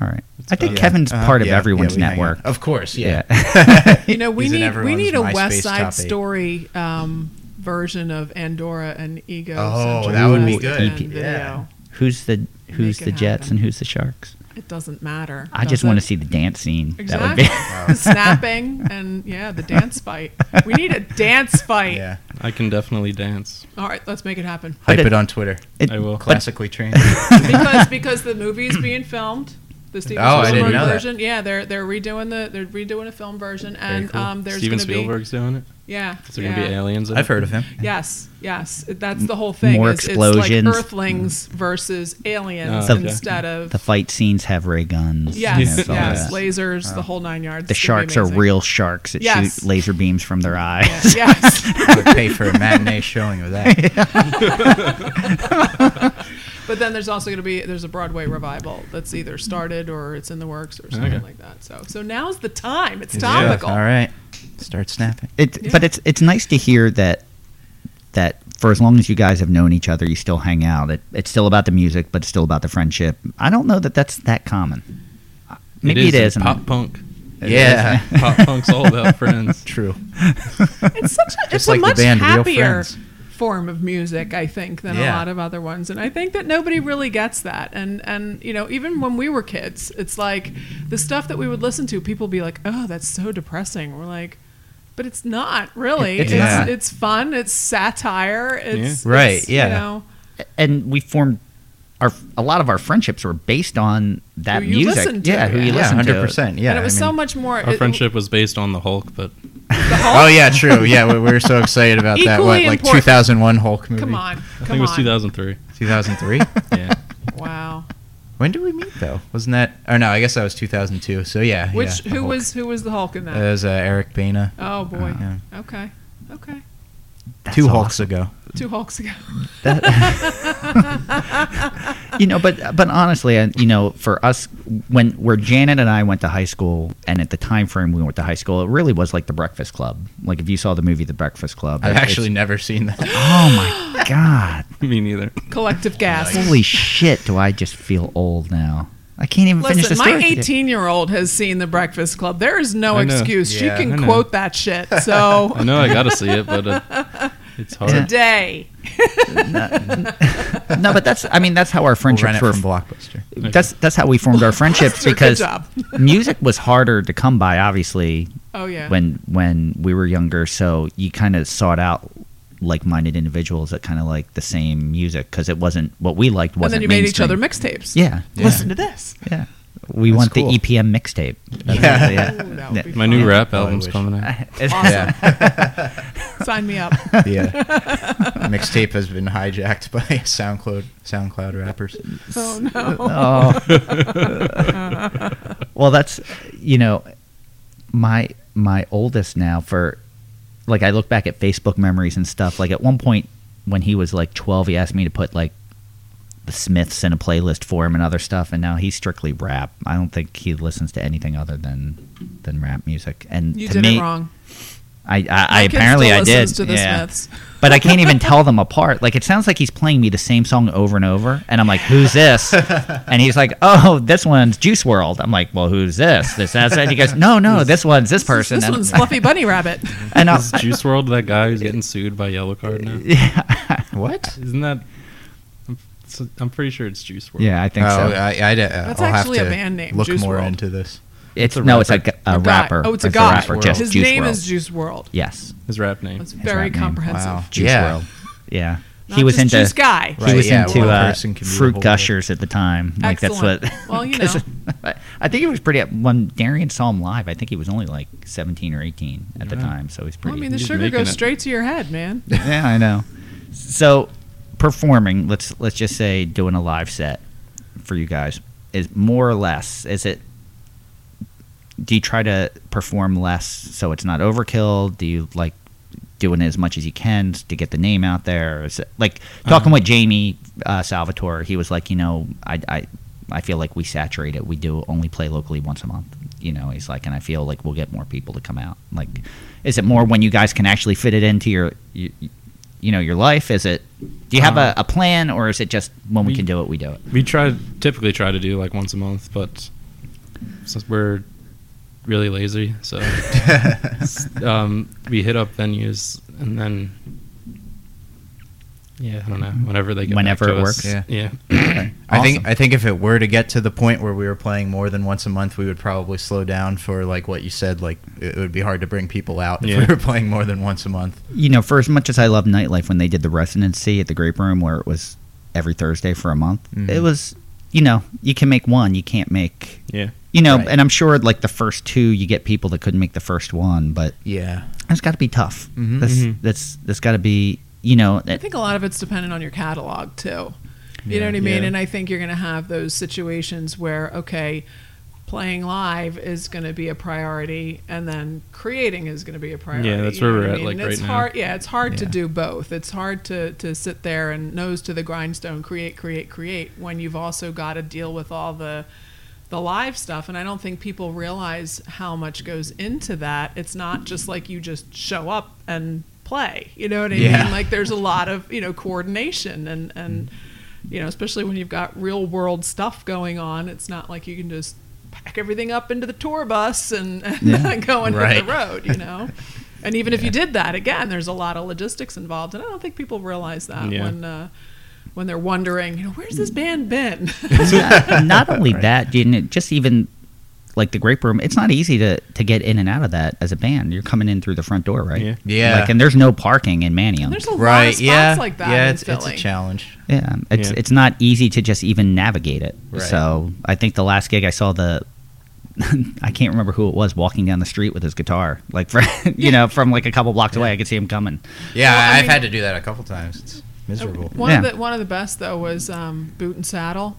[SPEAKER 1] All right.
[SPEAKER 4] It's
[SPEAKER 1] I think
[SPEAKER 4] about-
[SPEAKER 1] Kevin's
[SPEAKER 3] Uh-huh,
[SPEAKER 1] part of
[SPEAKER 3] yeah,
[SPEAKER 1] everyone's
[SPEAKER 3] yeah, we hang out.
[SPEAKER 1] network.
[SPEAKER 3] Of course, yeah. <laughs>
[SPEAKER 2] You know, we
[SPEAKER 3] He's in
[SPEAKER 2] need we
[SPEAKER 3] everyone's
[SPEAKER 2] need a West
[SPEAKER 3] MySpace
[SPEAKER 2] Side
[SPEAKER 3] top eight.
[SPEAKER 2] Story um, version of Andorra and Ego.
[SPEAKER 3] Oh,
[SPEAKER 2] Central
[SPEAKER 3] that would be
[SPEAKER 2] West
[SPEAKER 3] good.
[SPEAKER 2] and
[SPEAKER 1] EP.
[SPEAKER 2] Video.
[SPEAKER 3] Yeah.
[SPEAKER 1] Who's the Who's
[SPEAKER 2] Make
[SPEAKER 1] the
[SPEAKER 2] it
[SPEAKER 1] Jets
[SPEAKER 2] happen.
[SPEAKER 1] and who's the Sharks?
[SPEAKER 2] It doesn't matter.
[SPEAKER 1] I just
[SPEAKER 2] does
[SPEAKER 1] want
[SPEAKER 2] it?
[SPEAKER 1] to see the dance scene.
[SPEAKER 2] Exactly.
[SPEAKER 1] That
[SPEAKER 3] Wow.
[SPEAKER 1] <laughs> would be
[SPEAKER 2] <laughs> Snapping and yeah, the dance fight. We need a dance fight.
[SPEAKER 3] yeah.
[SPEAKER 4] I can definitely dance.
[SPEAKER 2] All right, let's make it happen.
[SPEAKER 1] But it-
[SPEAKER 3] Hype it on Twitter.
[SPEAKER 1] It-
[SPEAKER 4] I will.
[SPEAKER 1] but- <laughs>
[SPEAKER 3] Classically trained.
[SPEAKER 2] because because the movie's being filmed. The Steven
[SPEAKER 3] Oh, I
[SPEAKER 2] Spielberg
[SPEAKER 3] didn't know that.
[SPEAKER 2] version. Yeah, they're they're redoing the they're redoing a film version, and
[SPEAKER 3] cool.
[SPEAKER 2] um, there's
[SPEAKER 4] Steven
[SPEAKER 2] gonna
[SPEAKER 4] Spielberg's doing it.
[SPEAKER 2] be yeah,
[SPEAKER 4] Is there
[SPEAKER 2] yeah.
[SPEAKER 4] gonna be aliens? in
[SPEAKER 3] I've
[SPEAKER 4] it?
[SPEAKER 3] heard of him.
[SPEAKER 2] Yes, yes, that's the whole thing.
[SPEAKER 1] More
[SPEAKER 2] is It's
[SPEAKER 1] explosions.
[SPEAKER 2] like Earthlings versus aliens
[SPEAKER 4] Oh, okay.
[SPEAKER 2] instead of
[SPEAKER 1] the fight scenes have ray guns. you know,
[SPEAKER 2] yes,
[SPEAKER 1] it's all
[SPEAKER 2] yes,
[SPEAKER 1] that.
[SPEAKER 2] lasers, the whole nine yards.
[SPEAKER 1] The
[SPEAKER 2] It's gonna be
[SPEAKER 1] sharks are
[SPEAKER 2] amazing.
[SPEAKER 1] real sharks that
[SPEAKER 2] Yes.
[SPEAKER 1] shoot laser beams from their
[SPEAKER 2] Yeah,
[SPEAKER 1] eyes. <laughs>
[SPEAKER 2] yes,
[SPEAKER 3] I would pay for a matinee showing of that.
[SPEAKER 1] <laughs>
[SPEAKER 2] <laughs> but then there's also going to be there's a Broadway revival that's either started or it's in the works or something
[SPEAKER 4] Okay.
[SPEAKER 2] like that. So so now's the time. It's
[SPEAKER 4] Yeah.
[SPEAKER 2] topical.
[SPEAKER 3] All right. Start snapping.
[SPEAKER 1] It,
[SPEAKER 2] Yeah.
[SPEAKER 1] But it's it's nice to hear that that for as long as you guys have known each other, you still hang out. It, it's still about the music, but it's still about the friendship. I don't know that that's that common. Uh, Maybe it
[SPEAKER 4] in
[SPEAKER 1] is. and-
[SPEAKER 4] pop punk.
[SPEAKER 1] <laughs>
[SPEAKER 3] Yeah.
[SPEAKER 4] pop punk's all about friends.
[SPEAKER 3] True.
[SPEAKER 2] It's such
[SPEAKER 3] <laughs>
[SPEAKER 2] a, it's
[SPEAKER 3] like
[SPEAKER 2] a
[SPEAKER 3] the
[SPEAKER 2] much
[SPEAKER 3] band Real
[SPEAKER 2] happier
[SPEAKER 3] Friends.
[SPEAKER 2] form of music, I think, than a
[SPEAKER 3] Yeah.
[SPEAKER 2] lot of other ones. And I think that nobody really gets that. And and you know, even when we were kids, it's like the stuff that we would listen to, people be like, "Oh, that's so depressing." We're like. But it's not really.
[SPEAKER 1] It's
[SPEAKER 2] It's
[SPEAKER 3] not.
[SPEAKER 2] it's fun. It's satire. It's
[SPEAKER 3] Right,
[SPEAKER 2] it's,
[SPEAKER 3] yeah.
[SPEAKER 2] You know,
[SPEAKER 1] <laughs> and we formed our a lot of our friendships were based on that
[SPEAKER 2] Who you
[SPEAKER 1] music.
[SPEAKER 2] listen to,
[SPEAKER 1] yeah, who you
[SPEAKER 2] yeah.
[SPEAKER 3] Yeah,
[SPEAKER 1] listen
[SPEAKER 3] hundred
[SPEAKER 1] to.
[SPEAKER 3] percent. Yeah.
[SPEAKER 2] and it was
[SPEAKER 3] I
[SPEAKER 2] so
[SPEAKER 3] mean-
[SPEAKER 2] much more.
[SPEAKER 4] Our
[SPEAKER 2] it-
[SPEAKER 4] friendship was based on the Hulk, but
[SPEAKER 2] The whole,
[SPEAKER 3] Oh yeah, true. Yeah, we, we were so excited about that.
[SPEAKER 2] Equally
[SPEAKER 3] What, like
[SPEAKER 2] important.
[SPEAKER 3] 2001 Hulk movie?
[SPEAKER 2] Come on, come
[SPEAKER 4] I think it was
[SPEAKER 2] on.
[SPEAKER 4] 2003.
[SPEAKER 1] <laughs>
[SPEAKER 3] 2003.
[SPEAKER 4] Yeah.
[SPEAKER 2] Wow.
[SPEAKER 3] when did we meet though? Wasn't that? Oh no, I guess that was 2002. So yeah.
[SPEAKER 2] Which
[SPEAKER 3] yeah, the
[SPEAKER 2] who
[SPEAKER 3] Hulk.
[SPEAKER 2] was who was the Hulk in
[SPEAKER 3] It
[SPEAKER 2] that?
[SPEAKER 3] was uh, Eric Bana.
[SPEAKER 2] oh boy.
[SPEAKER 3] yeah.
[SPEAKER 1] uh.
[SPEAKER 2] Okay. Okay.
[SPEAKER 1] That's
[SPEAKER 3] Two
[SPEAKER 1] awesome.
[SPEAKER 3] <laughs> Hulks ago.
[SPEAKER 2] Two
[SPEAKER 1] <laughs>
[SPEAKER 2] Hulks ago. <laughs>
[SPEAKER 1] you know, but but honestly, and, you know, for us, when where Janet and I went to high school, and at the time frame we went to high school, it really was like The Breakfast Club. Like if you saw the movie The Breakfast Club,
[SPEAKER 3] I've
[SPEAKER 1] it-
[SPEAKER 3] actually never seen
[SPEAKER 1] it's-
[SPEAKER 3] that.
[SPEAKER 1] <gasps> oh my god,
[SPEAKER 4] <laughs> Me neither.
[SPEAKER 2] Collective gas.
[SPEAKER 1] holy shit, do I just feel old now? I can't even finish the
[SPEAKER 2] Listen,
[SPEAKER 1] story.
[SPEAKER 2] my 18 year old has seen The Breakfast Club. There is no
[SPEAKER 4] I know.
[SPEAKER 2] excuse.
[SPEAKER 3] Yeah,
[SPEAKER 2] she
[SPEAKER 4] I
[SPEAKER 2] can
[SPEAKER 4] know.
[SPEAKER 2] quote that
[SPEAKER 1] <laughs>
[SPEAKER 2] shit. So
[SPEAKER 4] I know I gotta see it, but uh, <laughs> it's hard.
[SPEAKER 1] Yeah.
[SPEAKER 2] <laughs> today.
[SPEAKER 1] No, but that's I mean that's how our
[SPEAKER 3] We'll rent
[SPEAKER 1] friendships
[SPEAKER 3] it
[SPEAKER 1] were.
[SPEAKER 3] from Blockbuster.
[SPEAKER 1] That's that's how we formed
[SPEAKER 2] <laughs>
[SPEAKER 1] our friendships
[SPEAKER 2] Good
[SPEAKER 1] because
[SPEAKER 2] job.
[SPEAKER 1] music was harder to come by, obviously,
[SPEAKER 2] Oh, yeah.
[SPEAKER 1] when when we were younger so you kind of sought out like-minded individuals that kind of like the same music because it wasn't what we liked.
[SPEAKER 2] and
[SPEAKER 1] Wasn't
[SPEAKER 2] then you made each
[SPEAKER 1] mainstream.
[SPEAKER 2] other mixtapes.
[SPEAKER 1] Yeah,
[SPEAKER 3] Yeah.
[SPEAKER 2] Listen to this.
[SPEAKER 1] yeah. We
[SPEAKER 3] That's
[SPEAKER 1] want
[SPEAKER 3] cool.
[SPEAKER 1] the EPM mixtape. That's
[SPEAKER 3] Yeah.
[SPEAKER 1] it,
[SPEAKER 2] Ooh, that would be
[SPEAKER 4] My
[SPEAKER 2] fun.
[SPEAKER 4] new rap
[SPEAKER 3] Oh, I
[SPEAKER 4] album's
[SPEAKER 3] wish.
[SPEAKER 4] coming out.
[SPEAKER 2] <laughs>
[SPEAKER 1] <laughs>
[SPEAKER 2] Sign me up.
[SPEAKER 3] yeah.
[SPEAKER 2] <laughs>
[SPEAKER 3] uh, Mixtape has been hijacked by <laughs> SoundCloud SoundCloud rappers.
[SPEAKER 2] Oh no.
[SPEAKER 1] Oh. <laughs> well, that's you know, my my oldest now for like I look back at Facebook memories and stuff. Like at one point when he was like twelve, he asked me to put like the Smiths in a playlist for him and other stuff, and now he's strictly rap. I don't think he listens to anything other than than rap music. And
[SPEAKER 2] You
[SPEAKER 1] to
[SPEAKER 2] did
[SPEAKER 1] me,
[SPEAKER 2] it wrong.
[SPEAKER 1] I, I, I
[SPEAKER 2] My kid
[SPEAKER 1] apparently
[SPEAKER 2] still
[SPEAKER 1] I did.
[SPEAKER 2] listens to the
[SPEAKER 1] yeah.
[SPEAKER 2] Smiths.
[SPEAKER 1] But I can't even tell them apart. Like it sounds like he's playing me the same song over and over, and I'm like, "Who's this?" And he's like, "Oh, this one's Juice World." I'm like, "Well, who's this?" This that's that. And he goes, "No, no, this one's this person."
[SPEAKER 2] This
[SPEAKER 1] and,
[SPEAKER 2] one's Fluffy Bunny Rabbit.
[SPEAKER 1] and I'll-
[SPEAKER 4] <laughs> Is Juice World that guy who's getting sued by Yellow Card now?
[SPEAKER 1] <laughs> yeah,
[SPEAKER 3] What?
[SPEAKER 4] Isn't that? I'm, so- I'm pretty sure it's Juice World.
[SPEAKER 1] yeah, I think
[SPEAKER 3] oh,
[SPEAKER 1] so.
[SPEAKER 3] I, I,
[SPEAKER 2] That's
[SPEAKER 3] will
[SPEAKER 2] actually a
[SPEAKER 3] have to
[SPEAKER 2] band name,
[SPEAKER 3] Look
[SPEAKER 2] Juice
[SPEAKER 3] more
[SPEAKER 2] WRLD.
[SPEAKER 3] into <laughs> this.
[SPEAKER 1] it's
[SPEAKER 4] a
[SPEAKER 1] no, it's like
[SPEAKER 4] rapper.
[SPEAKER 1] a, a
[SPEAKER 2] guy.
[SPEAKER 1] rapper.
[SPEAKER 2] Oh, it's a
[SPEAKER 1] a
[SPEAKER 2] guy.
[SPEAKER 1] rapper. Just
[SPEAKER 2] His
[SPEAKER 1] Juice
[SPEAKER 2] name
[SPEAKER 1] WRLD.
[SPEAKER 2] is Juice World.
[SPEAKER 1] yes,
[SPEAKER 4] His rap name.
[SPEAKER 2] That's
[SPEAKER 1] His
[SPEAKER 2] very
[SPEAKER 1] rap name.
[SPEAKER 2] comprehensive.
[SPEAKER 3] Wow.
[SPEAKER 1] Juice
[SPEAKER 3] Yeah.
[SPEAKER 1] World. Yeah,
[SPEAKER 2] Not
[SPEAKER 1] he was
[SPEAKER 2] just
[SPEAKER 1] into
[SPEAKER 2] Juice Guy.
[SPEAKER 1] he
[SPEAKER 3] Right,
[SPEAKER 1] was
[SPEAKER 3] yeah,
[SPEAKER 1] into
[SPEAKER 3] one
[SPEAKER 1] uh,
[SPEAKER 3] person can be the
[SPEAKER 1] fruit
[SPEAKER 3] whole
[SPEAKER 1] gushers at the time. Like
[SPEAKER 2] Excellent.
[SPEAKER 1] that's what.
[SPEAKER 2] <laughs> Well, you
[SPEAKER 1] <laughs> 'cause-
[SPEAKER 2] know.
[SPEAKER 1] I think he was pretty. When Darian saw him live, I think he was only like seventeen or eighteen at the
[SPEAKER 4] Yeah.
[SPEAKER 1] time, so he's
[SPEAKER 2] Well,
[SPEAKER 1] pretty.
[SPEAKER 2] I mean, the
[SPEAKER 4] He's
[SPEAKER 2] sugar
[SPEAKER 4] making
[SPEAKER 2] goes
[SPEAKER 4] it.
[SPEAKER 2] straight to your head, man.
[SPEAKER 1] <laughs> yeah, I know. So performing, let's let's just say doing a live set for you guys is more or less. Is it? Do you try to perform less so it's not overkill? Do you like doing as much as you can to get the name out there? Is it, like talking with Jamie uh, Salvatore, he was like, you know, I, I I feel like we saturate it. We do only play locally once a month. You know, he's like, and I feel like we'll get more people to come out. Like, is it more when you guys can actually fit it into your, you, you know, your life? Is it? Do you have a, a
[SPEAKER 4] Uh,
[SPEAKER 1] plan, or is it just when we
[SPEAKER 4] we-
[SPEAKER 1] can do it, we do it?
[SPEAKER 4] We try typically try to do like once a month, but since we're really lazy, so um, we hit up venues and then yeah, I don't know whenever they get
[SPEAKER 1] Whenever
[SPEAKER 4] back to
[SPEAKER 1] it
[SPEAKER 4] us.
[SPEAKER 1] works.
[SPEAKER 3] Yeah.
[SPEAKER 4] yeah.
[SPEAKER 3] I think
[SPEAKER 1] Awesome.
[SPEAKER 3] I think if it were to get to the point where we were playing more than once a month, we would probably slow down for like what you said. Like it would be hard to bring people out if
[SPEAKER 4] Yeah.
[SPEAKER 3] we were playing more than once a month.
[SPEAKER 1] you know, for as much as I love nightlife, when they did the residency at the Grape Room, where it was every Thursday for a month,
[SPEAKER 3] Mhm.
[SPEAKER 4] Mm-hmm.
[SPEAKER 1] it was, you know, you can make one, you can't make,
[SPEAKER 4] Yeah.
[SPEAKER 1] you know,
[SPEAKER 3] Right.
[SPEAKER 1] and I'm sure like the first two, you get people that couldn't make the first one, but
[SPEAKER 3] Yeah,
[SPEAKER 1] it's got to be tough.
[SPEAKER 3] Mhm.
[SPEAKER 1] That's
[SPEAKER 4] Mhm.
[SPEAKER 1] that's that's got to be, you know,
[SPEAKER 2] Mm-hmm. I think a lot of it's dependent on your catalog too. You know
[SPEAKER 3] Yeah.
[SPEAKER 2] what I mean?
[SPEAKER 3] Yeah.
[SPEAKER 2] And I think you're going to have those situations where okay, playing live is going to be a priority, and then creating is going to be a priority.
[SPEAKER 4] that's
[SPEAKER 2] you know
[SPEAKER 4] where
[SPEAKER 2] what
[SPEAKER 4] we're
[SPEAKER 2] I
[SPEAKER 4] at,
[SPEAKER 2] mean?
[SPEAKER 4] like,
[SPEAKER 2] And it's
[SPEAKER 4] right now.
[SPEAKER 2] hard, Yeah, it's hard to
[SPEAKER 3] Yeah.
[SPEAKER 2] do both. It's hard to to sit there and nose to the grindstone, create, create, create, when you've also got to deal with all the the live stuff and i don't think people realize how much goes into that it's not just like you just show up and play you know what i
[SPEAKER 3] Yeah.
[SPEAKER 2] mean like there's a lot of you know coordination and and you know especially when you've got real world stuff going on it's not like you can just pack everything up into the tour bus and, <laughs> and
[SPEAKER 1] Yeah.
[SPEAKER 2] go and hit
[SPEAKER 3] Right.
[SPEAKER 2] the road you know and even if you did that again there's a lot of logistics involved and i don't think people realize that
[SPEAKER 4] Yeah.
[SPEAKER 2] when uh, when they're wondering you know where's this band been <laughs>
[SPEAKER 1] not, <laughs> not only that, you know, just even like the grape room, it's not easy to, to get in and out of that as a band. You're coming in through the front door, right?
[SPEAKER 4] Yeah.
[SPEAKER 3] Yeah.
[SPEAKER 1] Like, and there's no parking in Manning.
[SPEAKER 2] There's a lot of
[SPEAKER 3] right.
[SPEAKER 2] spots
[SPEAKER 3] Yeah,
[SPEAKER 2] like that
[SPEAKER 3] yeah.
[SPEAKER 2] in
[SPEAKER 3] It's, it's a
[SPEAKER 2] Philly.
[SPEAKER 3] challenge.
[SPEAKER 1] Yeah, Um, it's
[SPEAKER 4] Yeah.
[SPEAKER 1] it's not easy to just even navigate it.
[SPEAKER 3] Right.
[SPEAKER 1] So I think the last gig I saw the, <laughs> I can't remember who it was walking down the street with his guitar, like from <laughs> you know from like a couple blocks away. I could see him coming.
[SPEAKER 3] Yeah,
[SPEAKER 2] Well, I
[SPEAKER 3] I have
[SPEAKER 2] mean- Oh,
[SPEAKER 3] had to do that a couple times. It's miserable.
[SPEAKER 2] One
[SPEAKER 1] Yeah.
[SPEAKER 2] of the one of the best though was um, Boot and Saddle,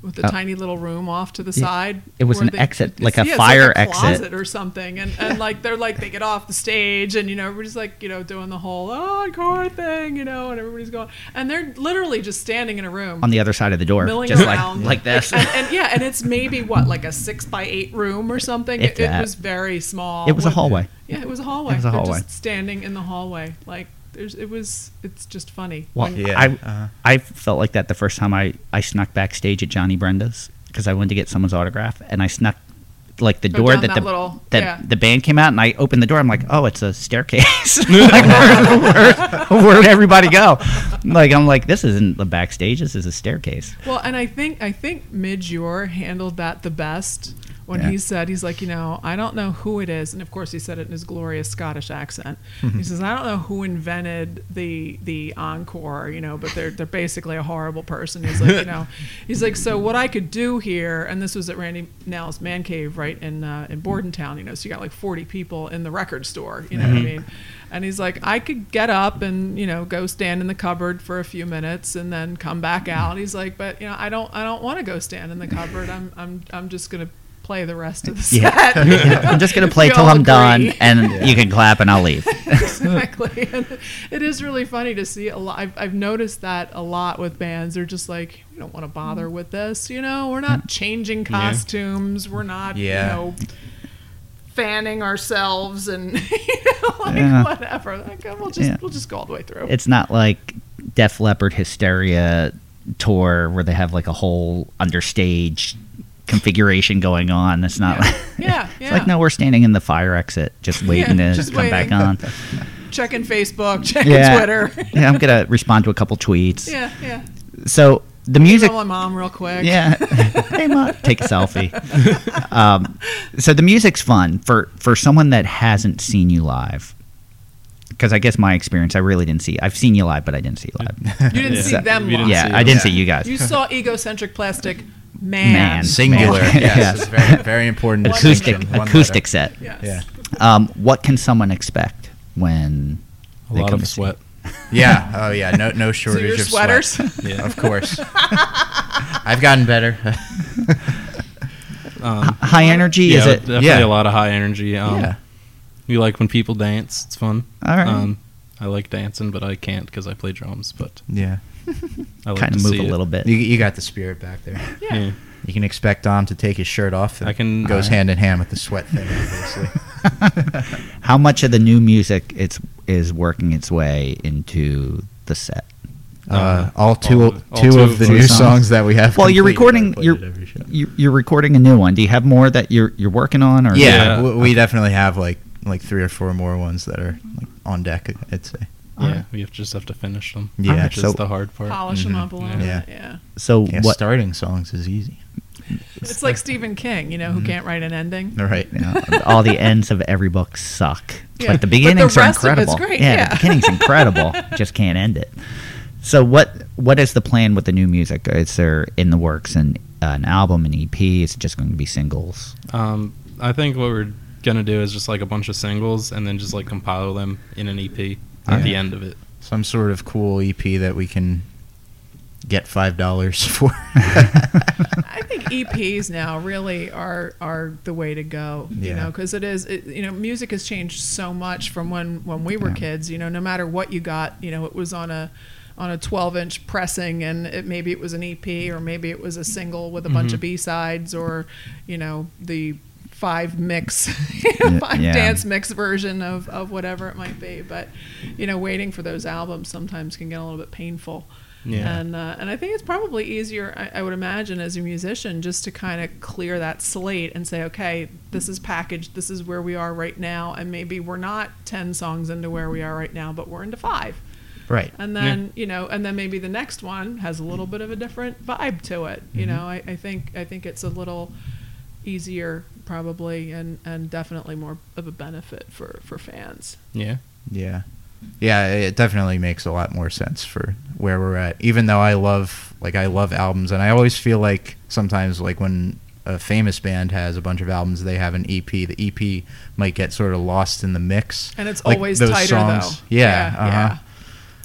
[SPEAKER 2] with the
[SPEAKER 1] Uh,
[SPEAKER 2] tiny little room off to the
[SPEAKER 1] yeah.
[SPEAKER 2] side.
[SPEAKER 1] It was
[SPEAKER 2] where
[SPEAKER 1] an
[SPEAKER 2] they-
[SPEAKER 1] exit,
[SPEAKER 2] it's-
[SPEAKER 1] like a
[SPEAKER 2] yeah, it's
[SPEAKER 1] fire
[SPEAKER 2] like a
[SPEAKER 1] exit.
[SPEAKER 2] closet or something. And and like they're like they get off the stage and you know everybody's like you know doing the whole encore thing you know and everybody's going and they're literally just standing in a room
[SPEAKER 1] on the other side of the door,
[SPEAKER 2] milling
[SPEAKER 1] just
[SPEAKER 2] around
[SPEAKER 1] like like this.
[SPEAKER 2] and, and yeah, and it's maybe what like a six by eight room or something.
[SPEAKER 1] If
[SPEAKER 2] It,
[SPEAKER 1] that.
[SPEAKER 2] it was very small.
[SPEAKER 1] It was a
[SPEAKER 2] With-
[SPEAKER 1] hallway.
[SPEAKER 2] Yeah, it was a hallway.
[SPEAKER 1] It was a
[SPEAKER 2] They're
[SPEAKER 1] hallway.
[SPEAKER 2] Just standing in the hallway, like there's. It was. It's just funny.
[SPEAKER 1] Well,
[SPEAKER 2] When-
[SPEAKER 3] Yeah,
[SPEAKER 1] I
[SPEAKER 3] uh-huh.
[SPEAKER 1] I felt like that the first time I I snuck backstage at Johnny Brenda's because I went to get someone's autograph and I snuck like the
[SPEAKER 2] Oh,
[SPEAKER 1] door
[SPEAKER 2] down
[SPEAKER 1] that,
[SPEAKER 2] that
[SPEAKER 1] the
[SPEAKER 2] little-
[SPEAKER 1] that
[SPEAKER 2] yeah.
[SPEAKER 1] the band came out and I opened the door. I'm like, oh, it's a
[SPEAKER 3] <laughs>
[SPEAKER 1] staircase. <laughs> like, where, where, where'd everybody go? Like I'm like, this isn't the
[SPEAKER 3] <laughs>
[SPEAKER 1] backstage. This is a staircase.
[SPEAKER 2] Well, and I think I think Midjor handled that the best when
[SPEAKER 1] Yeah.
[SPEAKER 2] he said, he's like, you know, I don't know who it is, and of course he said it in his glorious Scottish accent.
[SPEAKER 1] Mm-hmm.
[SPEAKER 2] He says, I don't know who invented the the encore, you know, but they're they're basically a horrible person. He's like, you
[SPEAKER 1] <laughs>
[SPEAKER 2] know, he's like, so what I could do here, and this was at Randy Nell's man cave right in uh, in Bordentown, you know, so you got like 40 people in the record store, you know
[SPEAKER 1] Mm-hmm.
[SPEAKER 2] what I mean? And he's like, I could get up and you know go stand in the cupboard for a few minutes and then come back out. He's like, but you know, I don't, I don't want to go stand in the cupboard. I'm, I'm, I'm just gonna play the rest of the
[SPEAKER 1] Yeah.
[SPEAKER 2] set.
[SPEAKER 1] <laughs> I'm just
[SPEAKER 2] <laughs>
[SPEAKER 1] gonna
[SPEAKER 2] If
[SPEAKER 1] play
[SPEAKER 2] we
[SPEAKER 1] till
[SPEAKER 2] all
[SPEAKER 1] I'm done,
[SPEAKER 2] agree.
[SPEAKER 1] and you can clap, and I'll <laughs> leave.
[SPEAKER 2] <laughs> exactly. And it is really funny to see a lot. I've, I've noticed that a lot with bands. They're just like, we don't want to bother
[SPEAKER 1] Mm.
[SPEAKER 2] with this. You know, we're not changing costumes. We're not,
[SPEAKER 3] Yeah.
[SPEAKER 2] you know, fanning ourselves and <laughs> you know, like
[SPEAKER 1] Yeah.
[SPEAKER 2] whatever. Like, uh, we'll just
[SPEAKER 1] Yeah.
[SPEAKER 2] we'll just go all the way through.
[SPEAKER 1] It's not like Def Leppard Hysteria tour where they have like a whole understage configuration going on. It's not like <laughs>
[SPEAKER 2] yeah,
[SPEAKER 1] it's
[SPEAKER 2] yeah.
[SPEAKER 1] like no, we're standing in the fire exit, just waiting to
[SPEAKER 2] just
[SPEAKER 1] come back
[SPEAKER 2] waiting.
[SPEAKER 1] on.
[SPEAKER 2] Checking Facebook, checking
[SPEAKER 1] yeah, <laughs>
[SPEAKER 2] Twitter.
[SPEAKER 1] yeah, I'm gonna respond to a couple tweets.
[SPEAKER 2] yeah, yeah.
[SPEAKER 1] So the music,
[SPEAKER 2] Email my mom real quick. <laughs>
[SPEAKER 1] yeah, hey mom, take a selfie. Um, so the music's fun for for someone that hasn't seen you live. Because I guess my experience, I really didn't see. I've seen you live, but I didn't see you live.
[SPEAKER 2] You didn't see
[SPEAKER 1] Yeah.
[SPEAKER 2] them.
[SPEAKER 4] We didn't
[SPEAKER 2] live.
[SPEAKER 1] yeah,
[SPEAKER 4] see
[SPEAKER 1] I didn't
[SPEAKER 3] them.
[SPEAKER 1] see you guys.
[SPEAKER 2] You
[SPEAKER 4] <laughs>
[SPEAKER 2] saw egocentric plastic
[SPEAKER 1] Man.
[SPEAKER 2] man.
[SPEAKER 3] Singular.
[SPEAKER 1] Yeah.
[SPEAKER 3] yes. It's very, very important.
[SPEAKER 2] One
[SPEAKER 1] acoustic
[SPEAKER 3] distinction. One
[SPEAKER 1] acoustic
[SPEAKER 3] letter.
[SPEAKER 1] set.
[SPEAKER 2] Yes.
[SPEAKER 3] Yeah.
[SPEAKER 1] Um, what can someone expect when
[SPEAKER 4] A
[SPEAKER 1] they
[SPEAKER 4] lot
[SPEAKER 1] come
[SPEAKER 4] of
[SPEAKER 1] to see-
[SPEAKER 4] sweat.
[SPEAKER 3] Yeah. Oh yeah. No
[SPEAKER 2] <laughs> So
[SPEAKER 3] no shortage
[SPEAKER 2] your
[SPEAKER 3] of sweat.
[SPEAKER 2] sweaters.
[SPEAKER 4] <laughs> Yeah.
[SPEAKER 2] <laughs>
[SPEAKER 3] Of course. I've gotten better. <laughs>
[SPEAKER 4] Um,
[SPEAKER 1] High energy?
[SPEAKER 4] yeah,
[SPEAKER 1] is it?
[SPEAKER 4] definitely
[SPEAKER 3] yeah.
[SPEAKER 4] a lot of high energy. Um,
[SPEAKER 3] Yeah.
[SPEAKER 4] You like when people dance? It's fun.
[SPEAKER 1] All right.
[SPEAKER 4] Um, I like dancing, but I can't because I play drums. But
[SPEAKER 3] yeah.
[SPEAKER 4] I like
[SPEAKER 1] kind
[SPEAKER 4] to
[SPEAKER 1] of move
[SPEAKER 4] see
[SPEAKER 1] a
[SPEAKER 4] it.
[SPEAKER 1] little bit.
[SPEAKER 3] You, you got the spirit back there.
[SPEAKER 2] Yeah.
[SPEAKER 4] Yeah.
[SPEAKER 3] You can expect Dom to take his shirt off. It
[SPEAKER 4] I can-
[SPEAKER 3] goes
[SPEAKER 4] I-
[SPEAKER 3] hand in hand with the sweat thing, <laughs> obviously. Uh,
[SPEAKER 1] How much of the new music it's is working its way into the set?
[SPEAKER 3] Uh,
[SPEAKER 4] Uh,
[SPEAKER 3] all two,
[SPEAKER 4] all
[SPEAKER 3] two
[SPEAKER 4] of- all two
[SPEAKER 3] of
[SPEAKER 4] of
[SPEAKER 3] the
[SPEAKER 4] the
[SPEAKER 3] new
[SPEAKER 1] songs.
[SPEAKER 3] songs that we have.
[SPEAKER 1] Well, you're
[SPEAKER 3] completed
[SPEAKER 1] recording-
[SPEAKER 3] are played
[SPEAKER 1] you're-
[SPEAKER 3] at every show.
[SPEAKER 1] You, you're recording a new one. Do you have more that you're you're working on? Or
[SPEAKER 3] Yeah,
[SPEAKER 4] Yeah.
[SPEAKER 3] we, we definitely have like like three or four more ones that are like on deck. I'd say.
[SPEAKER 1] All
[SPEAKER 4] Yeah.
[SPEAKER 1] right.
[SPEAKER 4] We have just have to finish them.
[SPEAKER 3] Yeah,
[SPEAKER 4] Which
[SPEAKER 1] so-
[SPEAKER 4] is the hard part.
[SPEAKER 2] Polish
[SPEAKER 1] Mm-hmm.
[SPEAKER 2] them up a little
[SPEAKER 4] Yeah.
[SPEAKER 2] bit. Yeah.
[SPEAKER 1] So
[SPEAKER 3] Yeah,
[SPEAKER 1] what?
[SPEAKER 3] starting songs is easy.
[SPEAKER 2] It's like Stephen King, you know, who can't write an ending.
[SPEAKER 3] All right.
[SPEAKER 1] you know, all the ends of every book suck. But the
[SPEAKER 2] Yeah. But the
[SPEAKER 1] beginnings are
[SPEAKER 2] rest of it's
[SPEAKER 1] incredible.
[SPEAKER 2] great,
[SPEAKER 1] yeah,
[SPEAKER 2] yeah.
[SPEAKER 1] the beginning's
[SPEAKER 2] <laughs>
[SPEAKER 1] incredible. Just can't end it. So what what is the plan with the new music? Is there in the works an an album, an EP? Is it just going to be singles?
[SPEAKER 4] Um, I think what we're gonna do is just like a bunch of singles and then just like compile them in an EP
[SPEAKER 3] Yeah.
[SPEAKER 4] at the end of it.
[SPEAKER 3] <laughs> Some sort of cool EP that we can get five dollars <laughs> for.
[SPEAKER 2] <laughs> I think EPs now really are are the way to go. You
[SPEAKER 3] Yeah.
[SPEAKER 2] know, because it is. It, you know, music has changed so much from when when we were
[SPEAKER 1] Yeah.
[SPEAKER 2] kids. You know, no matter what you got, you know, it was on a on a 12 inch pressing and it, maybe it was an EP or maybe it was a single with a bunch of B sides or you know the five mix <laughs>
[SPEAKER 1] Yeah,
[SPEAKER 2] five
[SPEAKER 1] yeah.
[SPEAKER 2] dance mix version of, of whatever it might be but you know waiting for those albums sometimes can get a little bit painful
[SPEAKER 4] Yeah.
[SPEAKER 2] and uh, and I think it's probably easier, I, I would imagine, as a musician, just to kind of clear that slate and say, okay, this is packaged. This is where we are right now, and maybe we're not ten songs into where we are right now, but we're into five.
[SPEAKER 3] <laughs> right.
[SPEAKER 2] And then you know, and then maybe the next one has a little bit of a different vibe to it. You
[SPEAKER 3] Mm-hmm.
[SPEAKER 2] know, I, I think I think it's a little easier probably and and definitely more of a benefit for for fans
[SPEAKER 4] Yeah.
[SPEAKER 3] Yeah. Yeah, it definitely makes a lot more sense for where we're at. Even though I love like I love albums and I always feel like sometimes like when a famous band has a bunch of albums, they have an EP. The EP might get sort of lost in the mix.
[SPEAKER 2] and it's
[SPEAKER 3] Like,
[SPEAKER 2] always
[SPEAKER 3] those
[SPEAKER 2] tighter
[SPEAKER 3] songs-
[SPEAKER 2] though
[SPEAKER 3] Yeah.
[SPEAKER 2] yeah, yeah.
[SPEAKER 3] uh-huh.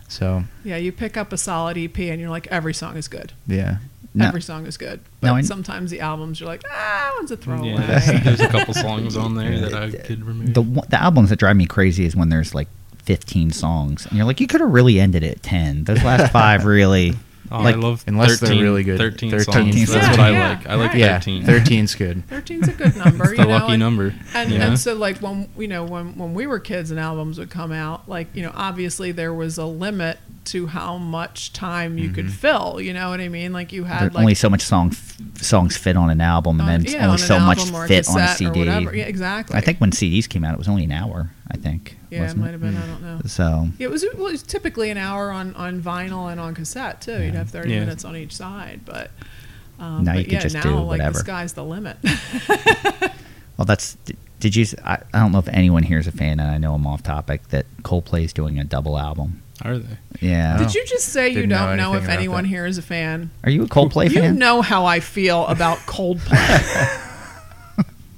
[SPEAKER 3] So,
[SPEAKER 2] Yeah, you pick up a solid EP and you're like, every song is good.
[SPEAKER 3] yeah.
[SPEAKER 1] No.
[SPEAKER 2] Every song is good. But
[SPEAKER 1] No, I-
[SPEAKER 2] sometimes the albums, you're like, ah, that one's a throwaway. <laughs>
[SPEAKER 4] Yeah. There's, there's a couple songs on there that I could remove.
[SPEAKER 1] The one- the albums that drive me crazy is when there's like 15 songs and you're like, you could have really ended at 10. Those
[SPEAKER 2] <laughs>
[SPEAKER 1] last five really.
[SPEAKER 4] Oh,
[SPEAKER 1] like-
[SPEAKER 4] I love
[SPEAKER 3] Unless they're
[SPEAKER 4] 13
[SPEAKER 3] really good.
[SPEAKER 4] 13,
[SPEAKER 3] 13
[SPEAKER 4] songs.
[SPEAKER 1] songs.
[SPEAKER 4] That's what I
[SPEAKER 2] Yeah,
[SPEAKER 4] like. I like
[SPEAKER 2] right.
[SPEAKER 3] Yeah.
[SPEAKER 4] 13.
[SPEAKER 3] 13's
[SPEAKER 2] <laughs>
[SPEAKER 3] good.
[SPEAKER 2] 13's a good number.
[SPEAKER 4] It's
[SPEAKER 2] you
[SPEAKER 4] <laughs> the
[SPEAKER 2] know?
[SPEAKER 4] lucky
[SPEAKER 2] and,
[SPEAKER 4] number.
[SPEAKER 2] And,
[SPEAKER 4] you know?
[SPEAKER 2] and so, like, when, you know, when, when we were kids and albums would come out, like, you know, obviously there was a limit to how much time you
[SPEAKER 3] Mm-hmm.
[SPEAKER 2] could fill. You know what I mean? Like, you
[SPEAKER 1] there
[SPEAKER 2] had, like,
[SPEAKER 1] only so much song f- songs fit on an album, and
[SPEAKER 2] on-
[SPEAKER 1] then
[SPEAKER 2] yeah, on
[SPEAKER 1] only
[SPEAKER 2] an
[SPEAKER 1] so much
[SPEAKER 2] album or a
[SPEAKER 1] fit on a
[SPEAKER 2] cassette or
[SPEAKER 1] CD.
[SPEAKER 2] whatever. Yeah, exactly.
[SPEAKER 1] I think when CDs came out, it was only an hour. I think.
[SPEAKER 2] Yeah, it
[SPEAKER 1] wasn't
[SPEAKER 2] might have been. I don't know.
[SPEAKER 1] So
[SPEAKER 2] Yeah, It was, it was typically an hour on, on vinyl and on cassette too. You'd have thirty
[SPEAKER 4] Yeah.
[SPEAKER 2] minutes on each side, but Um,
[SPEAKER 1] Now
[SPEAKER 2] but
[SPEAKER 1] you can
[SPEAKER 2] yeah,
[SPEAKER 1] just
[SPEAKER 2] now,
[SPEAKER 1] do
[SPEAKER 2] like,
[SPEAKER 1] whatever.
[SPEAKER 2] The sky's the limit. <laughs>
[SPEAKER 1] Well, that's. Did you? s- I, I don't know if anyone here is a fan, and I know I'm off topic. That Coldplay's doing a double album.
[SPEAKER 4] Are they?
[SPEAKER 1] Yeah.
[SPEAKER 2] Did you just say you
[SPEAKER 3] Oh. Didn't know
[SPEAKER 2] don't know,
[SPEAKER 3] anything
[SPEAKER 2] if
[SPEAKER 3] about
[SPEAKER 2] anyone
[SPEAKER 3] that.
[SPEAKER 2] here is a fan?
[SPEAKER 1] Are you a Coldplay
[SPEAKER 2] you
[SPEAKER 1] fan?
[SPEAKER 2] know how I feel about Coldplay. <laughs>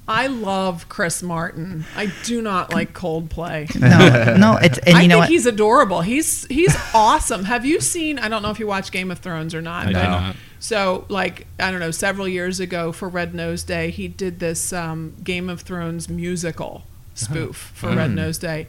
[SPEAKER 2] I love Chris Martin. I do not like Coldplay. <laughs>
[SPEAKER 1] No, no. It's and
[SPEAKER 2] I
[SPEAKER 1] you know
[SPEAKER 2] think
[SPEAKER 1] what?
[SPEAKER 2] he's adorable. He's he's awesome. Have you seen? I don't know if you watch Game of Thrones or not.
[SPEAKER 4] I
[SPEAKER 2] but-
[SPEAKER 4] did not.
[SPEAKER 2] So, like, I don't know, several years ago for Red Nose Day, he did this um, Game of Thrones musical
[SPEAKER 1] Uh-huh.
[SPEAKER 2] spoof for
[SPEAKER 1] Mm.
[SPEAKER 2] Red Nose Day.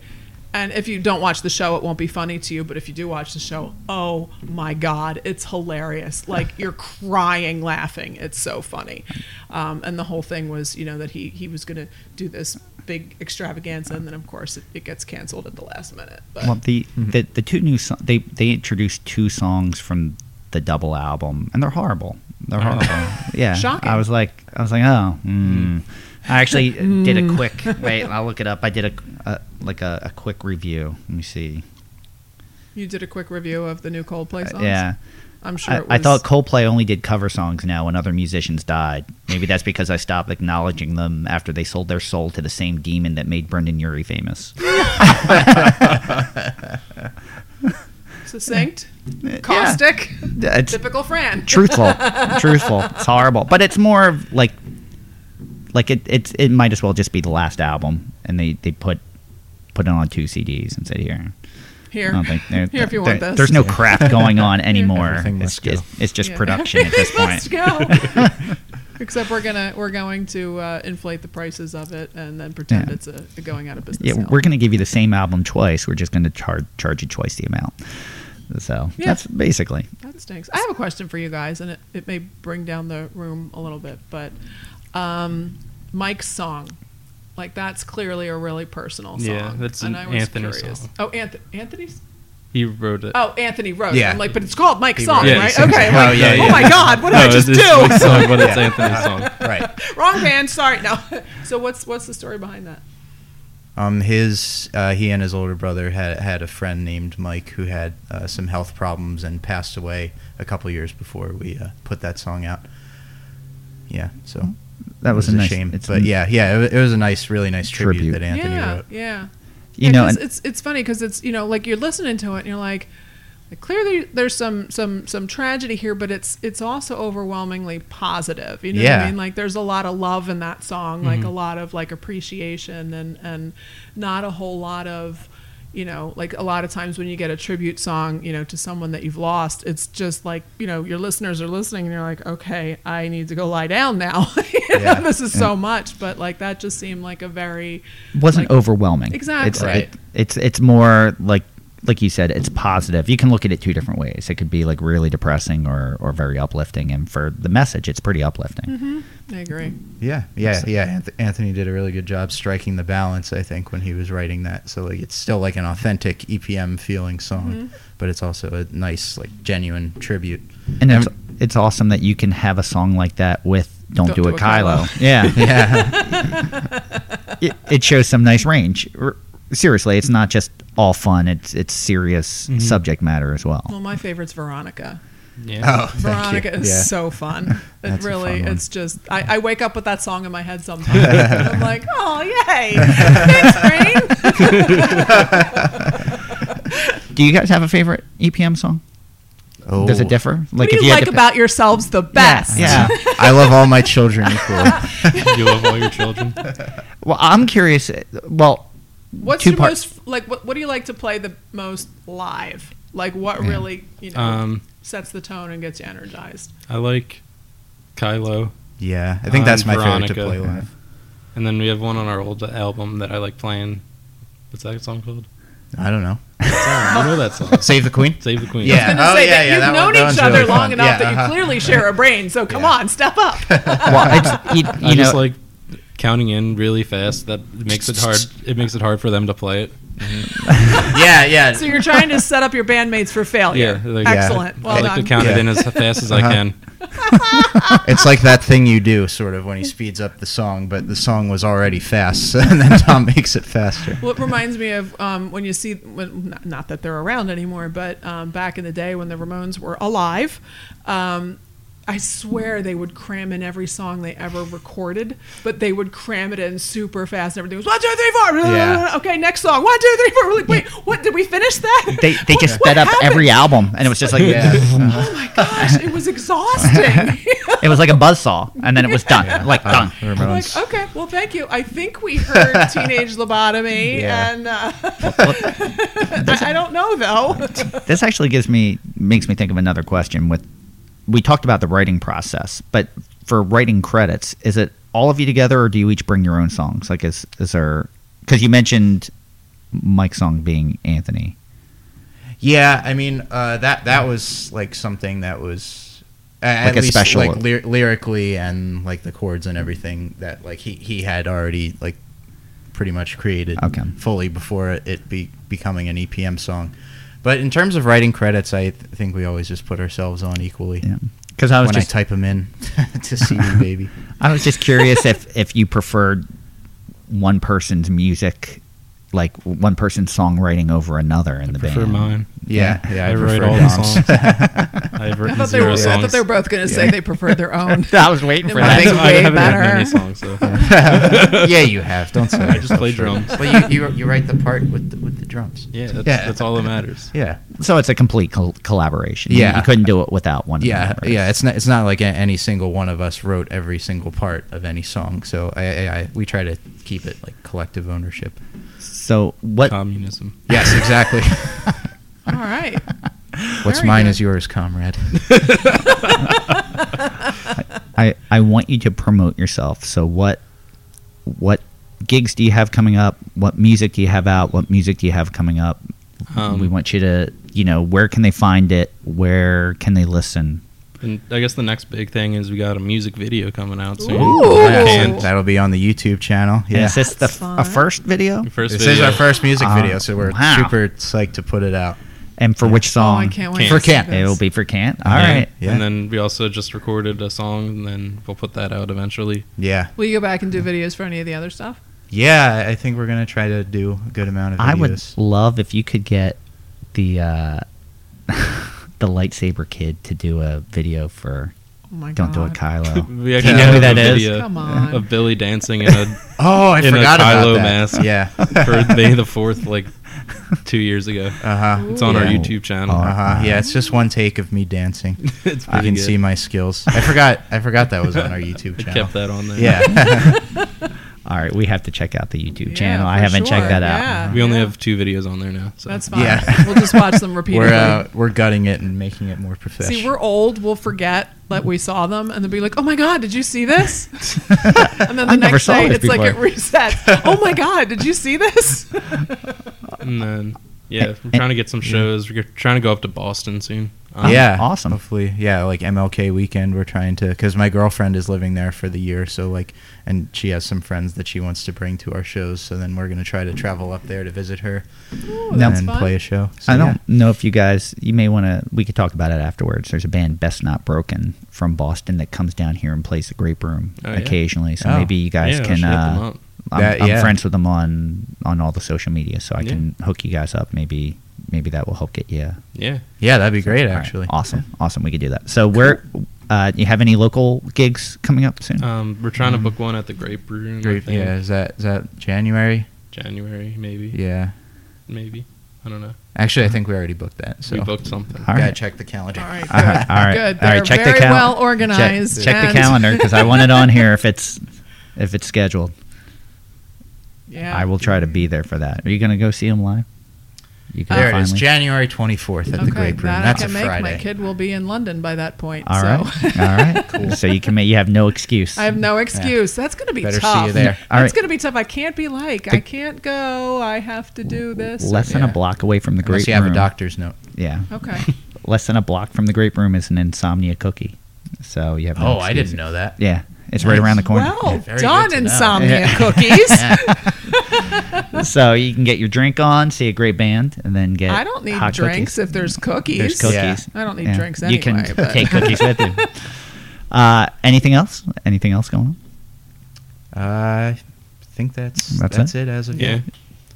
[SPEAKER 2] And if you don't watch the show, it won't be funny to you. But if you do watch the show, oh my God, it's
[SPEAKER 1] <laughs>
[SPEAKER 2] hilarious. Like, you're crying laughing. It's so funny. Um, and the whole thing was, you know, that he, he was going to do this big extravaganza. And then, of course, it, it gets canceled at the last minute. But
[SPEAKER 1] Well, the, the the two new so- they they introduced two songs from the double album, and they're horrible. They're horrible. yeah,
[SPEAKER 2] Shocking.
[SPEAKER 1] I was like, I was like, oh. Mm. I
[SPEAKER 2] <laughs>
[SPEAKER 1] actually did a quick wait. I'll look it up. I did a, a like a, a quick review. Let me see.
[SPEAKER 2] you did a quick review of the new Coldplay songs?
[SPEAKER 1] Uh, Yeah,
[SPEAKER 2] I'm sure
[SPEAKER 1] I,
[SPEAKER 2] it was.
[SPEAKER 1] I thought Coldplay only did cover songs now when other musicians died. Maybe that's because I stopped acknowledging them after they sold their soul to the same demon that made Brendan Urie famous. <laughs>
[SPEAKER 2] succinct, caustic.
[SPEAKER 1] It's-
[SPEAKER 2] Typical Fran.
[SPEAKER 1] truthful truthful it's horrible but it's more of like like it it's it might as well just be the last album and they they put put it on two cds and said here
[SPEAKER 2] Here.
[SPEAKER 1] I don't think there-
[SPEAKER 2] Here if you
[SPEAKER 1] there-
[SPEAKER 2] want this.
[SPEAKER 1] there's no crap going
[SPEAKER 2] <laughs>
[SPEAKER 1] on anymore
[SPEAKER 3] Everything
[SPEAKER 1] it's
[SPEAKER 3] must
[SPEAKER 1] just, it's just
[SPEAKER 2] Yeah.
[SPEAKER 1] production
[SPEAKER 2] <laughs>
[SPEAKER 1] at this
[SPEAKER 2] Let's
[SPEAKER 1] point
[SPEAKER 2] go.
[SPEAKER 1] <laughs>
[SPEAKER 2] Except we're gonna we're going to uh, inflate the prices of it and then pretend
[SPEAKER 1] Yeah.
[SPEAKER 2] it's a, a going out of business.
[SPEAKER 1] yeah
[SPEAKER 2] sale.
[SPEAKER 1] we're gonna give you the same album twice we're just gonna charge charge you twice the amount so
[SPEAKER 2] Yeah.
[SPEAKER 1] that's basically
[SPEAKER 2] That stinks. I have a question for you guys, and it, it may bring down the room a little bit, but um, Mike's song, like that's clearly a really personal song.
[SPEAKER 4] Yeah, that's an Anthony song.
[SPEAKER 2] Oh, Anth- Anthony's.
[SPEAKER 4] He wrote it.
[SPEAKER 2] Oh, Anthony Rose.
[SPEAKER 3] Yeah.
[SPEAKER 2] I'm like, but it's called Mike's song,
[SPEAKER 4] wrote it. <laughs> Yeah,
[SPEAKER 2] right?
[SPEAKER 4] he sings
[SPEAKER 2] Okay.
[SPEAKER 3] it.
[SPEAKER 2] I'm like,
[SPEAKER 3] Oh, yeah,
[SPEAKER 2] oh
[SPEAKER 3] yeah.
[SPEAKER 2] my God, what did I
[SPEAKER 4] No,
[SPEAKER 2] just
[SPEAKER 4] it's Mike's
[SPEAKER 2] do?
[SPEAKER 4] song, but
[SPEAKER 1] <laughs>
[SPEAKER 3] <laughs>
[SPEAKER 4] it's Anthony's song.
[SPEAKER 3] right.
[SPEAKER 2] Wrong band. Sorry. No. <laughs> so what's what's the story behind that?
[SPEAKER 3] Um, his uh, he and his older brother had had a friend named Mike who had uh, some health problems and passed away a couple years before we uh, put that song out. Yeah, so
[SPEAKER 1] Mm-hmm. that
[SPEAKER 3] it
[SPEAKER 1] was,
[SPEAKER 3] was
[SPEAKER 1] a, nice,
[SPEAKER 3] shame,
[SPEAKER 1] it's
[SPEAKER 3] but
[SPEAKER 1] a-
[SPEAKER 3] yeah, yeah, it wa- it was a nice, really nice tribute,
[SPEAKER 1] Tribute.
[SPEAKER 3] that Anthony
[SPEAKER 2] yeah,
[SPEAKER 3] wrote.
[SPEAKER 2] yeah.
[SPEAKER 1] you
[SPEAKER 2] Yeah,
[SPEAKER 1] know
[SPEAKER 2] 'cause
[SPEAKER 1] and-
[SPEAKER 2] it's it's funny because it's you know like you're listening to it and you're like, like clearly there's some some some tragedy here, but it's it's also overwhelmingly positive. You know what I
[SPEAKER 3] Yeah.
[SPEAKER 2] mean? Like there's a lot of love in that song, like a lot of like appreciation and and not a whole lot of you know like a lot of times when you get a tribute song you know to someone that you've lost it's just like you know your listeners are listening and you're like okay i need to go lie down now <laughs> You know,
[SPEAKER 3] Yeah.
[SPEAKER 2] this is so much but like that just seemed like a very
[SPEAKER 1] wasn't
[SPEAKER 2] like-
[SPEAKER 1] overwhelming.
[SPEAKER 2] Exactly.
[SPEAKER 1] It's,
[SPEAKER 3] Right.
[SPEAKER 1] it- it's it's more like like you said, it's positive. You can look at it two different ways. It could be like really depressing or or very uplifting. And for the message, it's pretty uplifting.
[SPEAKER 2] i agree
[SPEAKER 3] Yeah, yeah,
[SPEAKER 1] So-
[SPEAKER 3] yeah. Anth- Anthony did a really good job striking the balance, I think, when he was writing that. So like, it's still like an authentic EPM feeling song,
[SPEAKER 2] Mm-hmm.
[SPEAKER 3] but it's also a nice, like, genuine tribute.
[SPEAKER 1] And it's it's awesome that you can have a song like that with "Don't, Do It, Kylo." <laughs>
[SPEAKER 3] <laughs>
[SPEAKER 1] Yeah,
[SPEAKER 3] Yeah,
[SPEAKER 1] it, it shows some nice range. R- Seriously, it's not just all fun. It's it's serious
[SPEAKER 3] Mm-hmm.
[SPEAKER 1] subject matter as well.
[SPEAKER 2] Well, my favorite's Veronica.
[SPEAKER 4] Yeah.
[SPEAKER 3] oh, thank you.
[SPEAKER 2] Veronica is
[SPEAKER 3] Yeah.
[SPEAKER 2] so fun. It
[SPEAKER 3] <laughs> That's a
[SPEAKER 2] really,
[SPEAKER 3] fun one.
[SPEAKER 2] it's just, I, I wake up with that song in my head
[SPEAKER 3] <laughs>
[SPEAKER 2] sometimes. and I'm like, oh, yay.
[SPEAKER 3] <laughs>
[SPEAKER 2] Thanks, Rain.
[SPEAKER 1] Do you guys have a favorite EPM song?
[SPEAKER 3] Oh.
[SPEAKER 1] Does it differ?
[SPEAKER 2] What do you,
[SPEAKER 1] had
[SPEAKER 2] like
[SPEAKER 1] to-
[SPEAKER 2] about yourselves the best? <laughs>
[SPEAKER 1] Yeah.
[SPEAKER 3] I love all my children equally. Oh.
[SPEAKER 4] you love all your children.
[SPEAKER 1] Well, I'm curious. Well,
[SPEAKER 2] What's
[SPEAKER 1] Two
[SPEAKER 2] your
[SPEAKER 1] part-
[SPEAKER 2] most, like, what, what do you like to play the most live? Like, what
[SPEAKER 1] Yeah.
[SPEAKER 2] really, you know,
[SPEAKER 4] Um,
[SPEAKER 2] sets the tone and gets you energized?
[SPEAKER 4] I like Kylo.
[SPEAKER 3] Yeah, I think
[SPEAKER 4] Um,
[SPEAKER 3] that's my favorite to
[SPEAKER 4] Veronica.
[SPEAKER 3] play live.
[SPEAKER 4] And then we have one on our old album that I like playing. What's that song called?
[SPEAKER 3] I don't know.
[SPEAKER 4] I know
[SPEAKER 3] <laughs>
[SPEAKER 4] that song.
[SPEAKER 3] Save the Queen.
[SPEAKER 4] Save the Queen.
[SPEAKER 3] Yeah.
[SPEAKER 2] I was gonna
[SPEAKER 3] Oh,
[SPEAKER 2] say
[SPEAKER 3] yeah,
[SPEAKER 2] that
[SPEAKER 3] yeah,
[SPEAKER 2] you've
[SPEAKER 3] that one-
[SPEAKER 2] known
[SPEAKER 3] that
[SPEAKER 2] each
[SPEAKER 3] one's
[SPEAKER 2] other
[SPEAKER 3] really
[SPEAKER 2] long
[SPEAKER 3] fun.
[SPEAKER 2] enough
[SPEAKER 3] Yeah,
[SPEAKER 2] that
[SPEAKER 3] uh-huh.
[SPEAKER 2] you clearly share a brain, so come
[SPEAKER 3] Yeah.
[SPEAKER 2] on, step up.
[SPEAKER 1] well,
[SPEAKER 2] <laughs>
[SPEAKER 1] it's, you,
[SPEAKER 4] I
[SPEAKER 1] you know,
[SPEAKER 4] just like counting in really fast. That makes it hard. It makes it hard for them to play it.
[SPEAKER 3] <laughs> Yeah, yeah.
[SPEAKER 2] so you're trying to set up your bandmates for failure.
[SPEAKER 4] Yeah, like-
[SPEAKER 2] Excellent.
[SPEAKER 3] Yeah.
[SPEAKER 2] Well
[SPEAKER 4] I
[SPEAKER 2] done.
[SPEAKER 4] like to count it
[SPEAKER 3] Yeah.
[SPEAKER 4] in as fast as I
[SPEAKER 3] Uh-huh.
[SPEAKER 4] can.
[SPEAKER 3] It's like that thing you do, sort of, when he speeds up the song, but the song was already fast, <laughs> and then Tom makes it faster.
[SPEAKER 2] Well, it reminds me of um, when you see, when, not, not that they're around anymore, but um, back in the day when the Ramones were alive, um, I swear they would cram in every song they ever recorded, but they would cram it in super fast. And everything was one, two, three, four.
[SPEAKER 3] Yeah.
[SPEAKER 2] Okay, next song. One, two, three, four. Really, wait, what? Did we finish that?
[SPEAKER 1] They they just
[SPEAKER 2] What
[SPEAKER 1] sped up every
[SPEAKER 2] happened?
[SPEAKER 1] album, and it was just like
[SPEAKER 2] <laughs>
[SPEAKER 3] <laughs> Yeah. Uh-huh.
[SPEAKER 2] Oh my gosh, it was
[SPEAKER 4] <laughs>
[SPEAKER 2] exhausting. <laughs>
[SPEAKER 1] it was like a buzzsaw, and then it was done,
[SPEAKER 3] <laughs>
[SPEAKER 1] like
[SPEAKER 3] I
[SPEAKER 1] done.
[SPEAKER 3] remember
[SPEAKER 2] I'm
[SPEAKER 3] once-
[SPEAKER 2] like, okay, well, thank you. I think
[SPEAKER 1] <laughs>
[SPEAKER 2] we heard teenage lobotomy,
[SPEAKER 3] Yeah.
[SPEAKER 2] and uh, <laughs> I, I don't
[SPEAKER 1] <laughs>
[SPEAKER 2] know though.
[SPEAKER 1] This actually gives me makes me think of another question. With we talked about the writing process, but for writing credits, is it all of you together, or do you each bring your own songs? Like, is is there because you mentioned Mike's song being Anthony?
[SPEAKER 3] Yeah, I mean uh, that that was like something that was a- at
[SPEAKER 1] Like a
[SPEAKER 3] least,
[SPEAKER 1] special-
[SPEAKER 3] like ly- lyrically and like the chords and everything that like he he had already like pretty much created
[SPEAKER 1] Okay.
[SPEAKER 3] fully before it be becoming an EPM song. But in terms of writing credits, I th- think we always just put ourselves on equally
[SPEAKER 1] Yeah, because I was
[SPEAKER 3] when
[SPEAKER 1] just
[SPEAKER 3] I type them in <laughs> to see you, baby.
[SPEAKER 1] I was just curious <laughs> if if you preferred one person's music, like one person's songwriting over another in the
[SPEAKER 4] prefer
[SPEAKER 1] band.
[SPEAKER 4] mine.
[SPEAKER 3] <laughs> Yeah, yeah.
[SPEAKER 4] I write
[SPEAKER 3] prefer
[SPEAKER 4] all the
[SPEAKER 3] Dom's.
[SPEAKER 1] <laughs>
[SPEAKER 4] songs. I've
[SPEAKER 2] I
[SPEAKER 4] written
[SPEAKER 2] thought, they
[SPEAKER 4] zero
[SPEAKER 2] were, I
[SPEAKER 4] songs.
[SPEAKER 2] thought they were both going to say they preferred
[SPEAKER 1] <laughs>
[SPEAKER 2] their own.
[SPEAKER 1] I was waiting for
[SPEAKER 2] It
[SPEAKER 4] I
[SPEAKER 1] that.
[SPEAKER 4] think
[SPEAKER 2] That's
[SPEAKER 4] I
[SPEAKER 2] way
[SPEAKER 4] haven't written
[SPEAKER 2] better.
[SPEAKER 4] any songs. So.
[SPEAKER 3] <laughs> yeah, you have. Don't say
[SPEAKER 4] I just play drums.
[SPEAKER 3] But you, you you write the part with the, with the drums.
[SPEAKER 4] Yeah, that's,
[SPEAKER 3] Yeah.
[SPEAKER 4] that's all that matters.
[SPEAKER 3] Yeah.
[SPEAKER 1] so it's a complete col- collaboration.
[SPEAKER 3] Yeah.
[SPEAKER 1] you couldn't do it without one.
[SPEAKER 3] Yeah,
[SPEAKER 1] another.
[SPEAKER 3] yeah. It's not. It's not like a- any single one of us wrote every single part of any song. So I, I, I we try to keep it like collective <laughs> ownership.
[SPEAKER 1] So what?
[SPEAKER 4] Communism.
[SPEAKER 3] Yes, exactly.
[SPEAKER 2] <laughs> All right.
[SPEAKER 3] What's
[SPEAKER 2] Very
[SPEAKER 3] mine
[SPEAKER 2] good.
[SPEAKER 3] is yours, comrade.
[SPEAKER 1] I I want you to promote yourself. So what? What gigs do you have coming up? What music do you have out? What music do you have coming up?
[SPEAKER 4] Um,
[SPEAKER 1] we want you to, you know, where can they find it? Where can they listen?
[SPEAKER 4] And I guess the next big thing is we got a music video coming out soon.
[SPEAKER 2] Ooh.
[SPEAKER 4] I
[SPEAKER 3] Yeah,
[SPEAKER 4] can't-
[SPEAKER 3] That'll be on the YouTube channel.
[SPEAKER 1] And
[SPEAKER 3] Yeah.
[SPEAKER 1] is this the,
[SPEAKER 2] That's
[SPEAKER 1] f-
[SPEAKER 2] fun.
[SPEAKER 1] a first video?
[SPEAKER 4] First
[SPEAKER 3] This
[SPEAKER 4] video.
[SPEAKER 3] is our first music
[SPEAKER 1] Ah,
[SPEAKER 3] video, so we're
[SPEAKER 1] wow.
[SPEAKER 3] super psyched to put it out.
[SPEAKER 1] And for which
[SPEAKER 2] Oh,
[SPEAKER 1] song?
[SPEAKER 2] I can't wait.
[SPEAKER 4] For
[SPEAKER 2] to see
[SPEAKER 3] Kent.
[SPEAKER 2] this.
[SPEAKER 1] It'll be for Kent. All
[SPEAKER 4] Yeah.
[SPEAKER 1] right.
[SPEAKER 3] Yeah.
[SPEAKER 4] And then we also just recorded a song, and then we'll put that out eventually.
[SPEAKER 3] Yeah,
[SPEAKER 2] Will you go back and do videos for any of the other stuff?
[SPEAKER 3] yeah. I think we're gonna try to do a good amount of videos.
[SPEAKER 1] I would love if you could get the uh, <laughs> the lightsaber kid to do a video for
[SPEAKER 2] Oh my
[SPEAKER 1] Don't
[SPEAKER 2] god!
[SPEAKER 1] Do It
[SPEAKER 4] <laughs>
[SPEAKER 1] Kylo.
[SPEAKER 4] We
[SPEAKER 1] you know who that
[SPEAKER 4] a
[SPEAKER 1] is?
[SPEAKER 4] video
[SPEAKER 2] Come on.
[SPEAKER 4] Of Billy dancing in a
[SPEAKER 3] Oh, I
[SPEAKER 4] in a
[SPEAKER 3] forgot about
[SPEAKER 4] Kylo
[SPEAKER 3] that.
[SPEAKER 4] mask. <laughs>
[SPEAKER 3] Yeah.
[SPEAKER 4] for
[SPEAKER 3] <laughs>
[SPEAKER 4] May the Fourth, like two years ago.
[SPEAKER 3] Uh huh.
[SPEAKER 4] It's on our
[SPEAKER 1] Yeah.
[SPEAKER 4] YouTube channel.
[SPEAKER 1] Oh.
[SPEAKER 3] Uh huh. Yeah, it's just one take of me dancing.
[SPEAKER 4] <laughs> it's
[SPEAKER 3] I
[SPEAKER 4] pretty
[SPEAKER 3] can
[SPEAKER 4] good.
[SPEAKER 3] see my skills. I forgot. I forgot that was
[SPEAKER 4] <laughs>
[SPEAKER 3] on our YouTube
[SPEAKER 4] I
[SPEAKER 3] channel.
[SPEAKER 4] kept that on there. <laughs>
[SPEAKER 3] Yeah.
[SPEAKER 1] All right, we have to check out the YouTube
[SPEAKER 2] Yeah,
[SPEAKER 1] channel. I
[SPEAKER 2] for
[SPEAKER 1] haven't checked
[SPEAKER 2] sure.
[SPEAKER 1] that out.
[SPEAKER 2] Yeah,
[SPEAKER 4] We only
[SPEAKER 2] yeah.
[SPEAKER 4] have two videos on there now. So
[SPEAKER 2] That's fine.
[SPEAKER 3] <laughs> Yeah.
[SPEAKER 2] we'll just watch them repeatedly.
[SPEAKER 3] we're uh, we're gutting it and making it more
[SPEAKER 2] <laughs>
[SPEAKER 3] professional. <laughs>
[SPEAKER 2] See, we're old. We'll forget that we saw them, and they'll be like, "Oh my god, did you see
[SPEAKER 1] <laughs>
[SPEAKER 2] this?" And then the
[SPEAKER 1] I never
[SPEAKER 2] next
[SPEAKER 1] saw
[SPEAKER 2] day,
[SPEAKER 1] this
[SPEAKER 2] it's like it
[SPEAKER 1] before.
[SPEAKER 2] resets. oh my god, did you see
[SPEAKER 1] <laughs>
[SPEAKER 2] this?
[SPEAKER 4] And then yeah, we're trying to get some shows. We're trying to go up to Boston soon. Um,
[SPEAKER 3] yeah,
[SPEAKER 1] Awesome.
[SPEAKER 3] Hopefully, yeah, like MLK weekend, we're trying to because my girlfriend is living there for the year, so like, and she has some friends that she wants to bring to our shows. So then we're gonna try to travel up there to visit her
[SPEAKER 2] Ooh,
[SPEAKER 3] and
[SPEAKER 2] Oh, that's
[SPEAKER 3] then
[SPEAKER 2] fun.
[SPEAKER 3] play a show. So,
[SPEAKER 1] I
[SPEAKER 3] yeah.
[SPEAKER 1] don't know if you guys, you may want to, we could talk about it afterwards. There's a band, Best Not Broken, from Boston that comes down here and plays the Grape Room
[SPEAKER 4] Oh, yeah?
[SPEAKER 1] occasionally. So
[SPEAKER 3] Oh.
[SPEAKER 1] maybe you guys
[SPEAKER 4] yeah, I
[SPEAKER 1] can,
[SPEAKER 4] should hit them
[SPEAKER 1] uh,
[SPEAKER 4] up.
[SPEAKER 1] I'm,
[SPEAKER 3] That-
[SPEAKER 1] I'm
[SPEAKER 3] yeah.
[SPEAKER 1] friends with them on, on all the social media. So I
[SPEAKER 4] Yeah.
[SPEAKER 1] can hook you guys up. Maybe, maybe that will help get you.
[SPEAKER 4] Yeah.
[SPEAKER 3] Yeah, that'd be great
[SPEAKER 1] All right,
[SPEAKER 3] actually.
[SPEAKER 1] Awesome. Awesome. We could do that. So where, uh, do you have any local gigs coming up
[SPEAKER 2] Uh,
[SPEAKER 1] soon?
[SPEAKER 4] Um, we're trying to book one at the Grape Room. I
[SPEAKER 3] Mm. Great.
[SPEAKER 4] think.
[SPEAKER 3] Yeah, is that is that January?
[SPEAKER 4] January maybe.
[SPEAKER 3] Yeah.
[SPEAKER 4] Maybe. I don't know.
[SPEAKER 3] Actually, I think we already booked that. So
[SPEAKER 4] We booked something.
[SPEAKER 1] All
[SPEAKER 3] gotta
[SPEAKER 1] right.
[SPEAKER 3] check the calendar.
[SPEAKER 2] All right,
[SPEAKER 1] <laughs>
[SPEAKER 2] good.
[SPEAKER 1] All right, all right,
[SPEAKER 2] good.
[SPEAKER 1] all right,
[SPEAKER 2] They're
[SPEAKER 1] check the
[SPEAKER 2] very
[SPEAKER 1] cal-
[SPEAKER 2] well
[SPEAKER 1] Check,
[SPEAKER 2] organized.
[SPEAKER 1] check the
[SPEAKER 2] and-
[SPEAKER 1] calendar because I want it on here if
[SPEAKER 2] <laughs>
[SPEAKER 1] it's, if it's scheduled.
[SPEAKER 2] Yeah.
[SPEAKER 1] I will try to be there for that. Are you going to go see him live? You
[SPEAKER 3] There it is,
[SPEAKER 1] finally-
[SPEAKER 3] January 24th at
[SPEAKER 2] Okay,
[SPEAKER 3] the Grape Room.
[SPEAKER 2] that
[SPEAKER 3] That's
[SPEAKER 2] I
[SPEAKER 3] a
[SPEAKER 2] can make.
[SPEAKER 3] Friday.
[SPEAKER 2] My kid will be in London by that point.
[SPEAKER 1] All
[SPEAKER 2] so.
[SPEAKER 1] right. All
[SPEAKER 2] <laughs>
[SPEAKER 1] right. Cool. So you can make, you have no excuse.
[SPEAKER 2] I have no excuse. That's going to be
[SPEAKER 3] Better see
[SPEAKER 2] tough.
[SPEAKER 3] you there.
[SPEAKER 1] All
[SPEAKER 2] That's
[SPEAKER 1] right.
[SPEAKER 2] going to be tough. I can't be like, I can't go. I have to do this.
[SPEAKER 1] Less than
[SPEAKER 3] Yeah.
[SPEAKER 1] a block away from the
[SPEAKER 3] Unless
[SPEAKER 1] grape
[SPEAKER 3] you have
[SPEAKER 1] room.
[SPEAKER 3] a doctor's note.
[SPEAKER 1] Yeah. <laughs>
[SPEAKER 2] Okay.
[SPEAKER 1] Less than a block from the grape room is an insomnia cookie. So you have no
[SPEAKER 3] Oh, I
[SPEAKER 1] excuse.
[SPEAKER 3] didn't know that.
[SPEAKER 1] Yeah. It's right around the corner.
[SPEAKER 2] Well
[SPEAKER 3] Very good
[SPEAKER 2] done,
[SPEAKER 3] to know.
[SPEAKER 1] <laughs>
[SPEAKER 2] insomnia
[SPEAKER 1] Yeah.
[SPEAKER 2] cookies.
[SPEAKER 1] So you can get your drink on, see a great band, and then get
[SPEAKER 2] I don't need
[SPEAKER 1] hot
[SPEAKER 2] drinks
[SPEAKER 1] cookies.
[SPEAKER 2] if there's cookies.
[SPEAKER 1] There's cookies.
[SPEAKER 2] I don't need
[SPEAKER 1] Yeah.
[SPEAKER 2] drinks
[SPEAKER 1] You can
[SPEAKER 2] anyway, but-
[SPEAKER 1] take cookies with you.
[SPEAKER 2] <laughs>
[SPEAKER 1] Uh, anything else? Anything else going on?
[SPEAKER 3] Uh, I think that's
[SPEAKER 1] That's
[SPEAKER 3] that's, it? as of
[SPEAKER 4] Yeah.
[SPEAKER 3] yeah.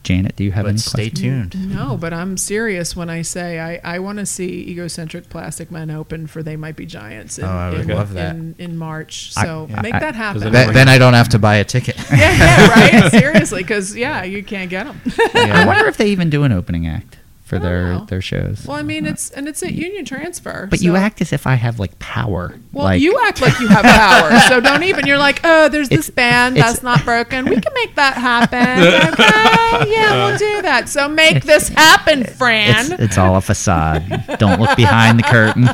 [SPEAKER 1] Janet, do you have any
[SPEAKER 3] but stay
[SPEAKER 1] questions?
[SPEAKER 3] tuned.
[SPEAKER 2] No, but I'm serious when I say I, I want to see egocentric plastic men open for They Might Be Giants. In,
[SPEAKER 3] Oh, I would
[SPEAKER 2] in,
[SPEAKER 3] love that.
[SPEAKER 2] in, in March.
[SPEAKER 1] I-
[SPEAKER 2] So
[SPEAKER 1] yeah.
[SPEAKER 2] make
[SPEAKER 1] I-
[SPEAKER 2] that happen.
[SPEAKER 4] Does
[SPEAKER 3] Then, then I don't have to buy a <laughs> ticket.
[SPEAKER 2] <laughs>
[SPEAKER 1] <laughs>
[SPEAKER 2] yeah, yeah,
[SPEAKER 3] <laughs>
[SPEAKER 2] right. Seriously, because yeah, you can't get them.
[SPEAKER 1] I
[SPEAKER 3] Yeah.
[SPEAKER 1] wonder if they even do an opening act for
[SPEAKER 2] I don't
[SPEAKER 1] their
[SPEAKER 2] know.
[SPEAKER 1] their shows.
[SPEAKER 2] Well, I mean, it's and it's at union transfer.
[SPEAKER 1] but you
[SPEAKER 2] so-
[SPEAKER 1] act as if I have like power.
[SPEAKER 2] Well,
[SPEAKER 1] like,
[SPEAKER 2] you act like you have power, so don't even. You're like, oh, there's this
[SPEAKER 1] It's-
[SPEAKER 2] band
[SPEAKER 1] it's-
[SPEAKER 2] that's not broken. We can make
[SPEAKER 1] <laughs>
[SPEAKER 2] that happen. Okay, yeah, we'll do that. So make this
[SPEAKER 1] <laughs>
[SPEAKER 2] happen,
[SPEAKER 1] It's,
[SPEAKER 2] Fran.
[SPEAKER 1] it's all a facade. Don't look behind the curtain.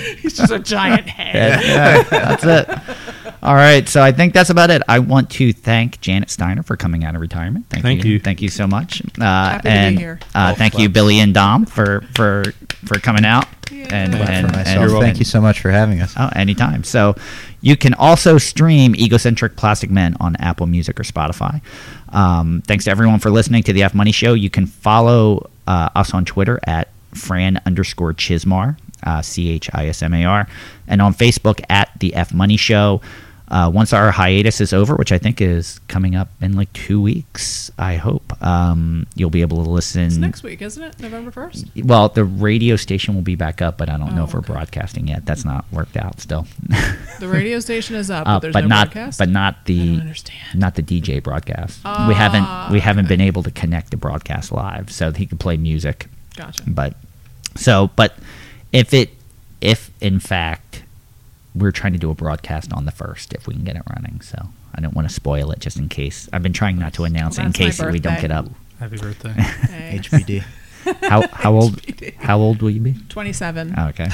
[SPEAKER 2] <laughs> He's just
[SPEAKER 1] <laughs>
[SPEAKER 2] a giant head.
[SPEAKER 1] Yeah, that's it. All right, so I think that's about it. I want to thank Janet Steiner for coming out of retirement. Thank,
[SPEAKER 4] Thank
[SPEAKER 1] you.
[SPEAKER 4] you.
[SPEAKER 1] thank you so much. Uh,
[SPEAKER 2] Happy to be
[SPEAKER 1] and
[SPEAKER 2] here.
[SPEAKER 1] Uh,
[SPEAKER 3] Well,
[SPEAKER 1] thank
[SPEAKER 3] glad-
[SPEAKER 1] you, Billy and Dom, for for for coming out. And,
[SPEAKER 2] Glad for
[SPEAKER 1] and,
[SPEAKER 3] for
[SPEAKER 1] and-
[SPEAKER 3] myself. Thank you so much for having us.
[SPEAKER 1] Oh, anytime. So you can also stream Egocentric Plastic Men on Apple Music or Spotify. Um, thanks to everyone for listening to the F Money Show. You can follow uh, us on Twitter at Fran underscore Chismar, uh, C H I S M A R, and on Facebook at The F Money Show. Uh, once our hiatus is over, which I think is coming up in like two weeks, I hope, um, you'll be able to listen
[SPEAKER 2] It's next week, isn't it? November first.
[SPEAKER 1] well, the radio station will be back up, but I don't know
[SPEAKER 2] Oh,
[SPEAKER 1] if we're
[SPEAKER 2] okay.
[SPEAKER 1] broadcasting yet. That's not worked out still. <laughs>
[SPEAKER 2] The radio station is up,
[SPEAKER 1] Uh,
[SPEAKER 2] but there's
[SPEAKER 1] but
[SPEAKER 2] no
[SPEAKER 1] not,
[SPEAKER 2] broadcast.
[SPEAKER 1] but not
[SPEAKER 2] I don't
[SPEAKER 1] the,
[SPEAKER 2] understand.
[SPEAKER 1] not the DJ broadcast. we haven't, we
[SPEAKER 2] Ah,
[SPEAKER 1] haven't been able to connect the broadcast live, so he could play music.
[SPEAKER 2] Gotcha.
[SPEAKER 1] But so, but if it, if in fact, we're trying to do a broadcast on the first, if we can get it running. So I don't want to spoil it, just in case. I've been trying not to announce it in
[SPEAKER 2] that's my
[SPEAKER 1] case that we don't
[SPEAKER 2] birthday.
[SPEAKER 1] get up.
[SPEAKER 4] Happy birthday.
[SPEAKER 3] <laughs>
[SPEAKER 2] Thanks.
[SPEAKER 3] HBD.
[SPEAKER 1] <laughs> How how old how old will you be?
[SPEAKER 2] <laughs> Twenty-seven. <laughs>
[SPEAKER 1] Oh, okay.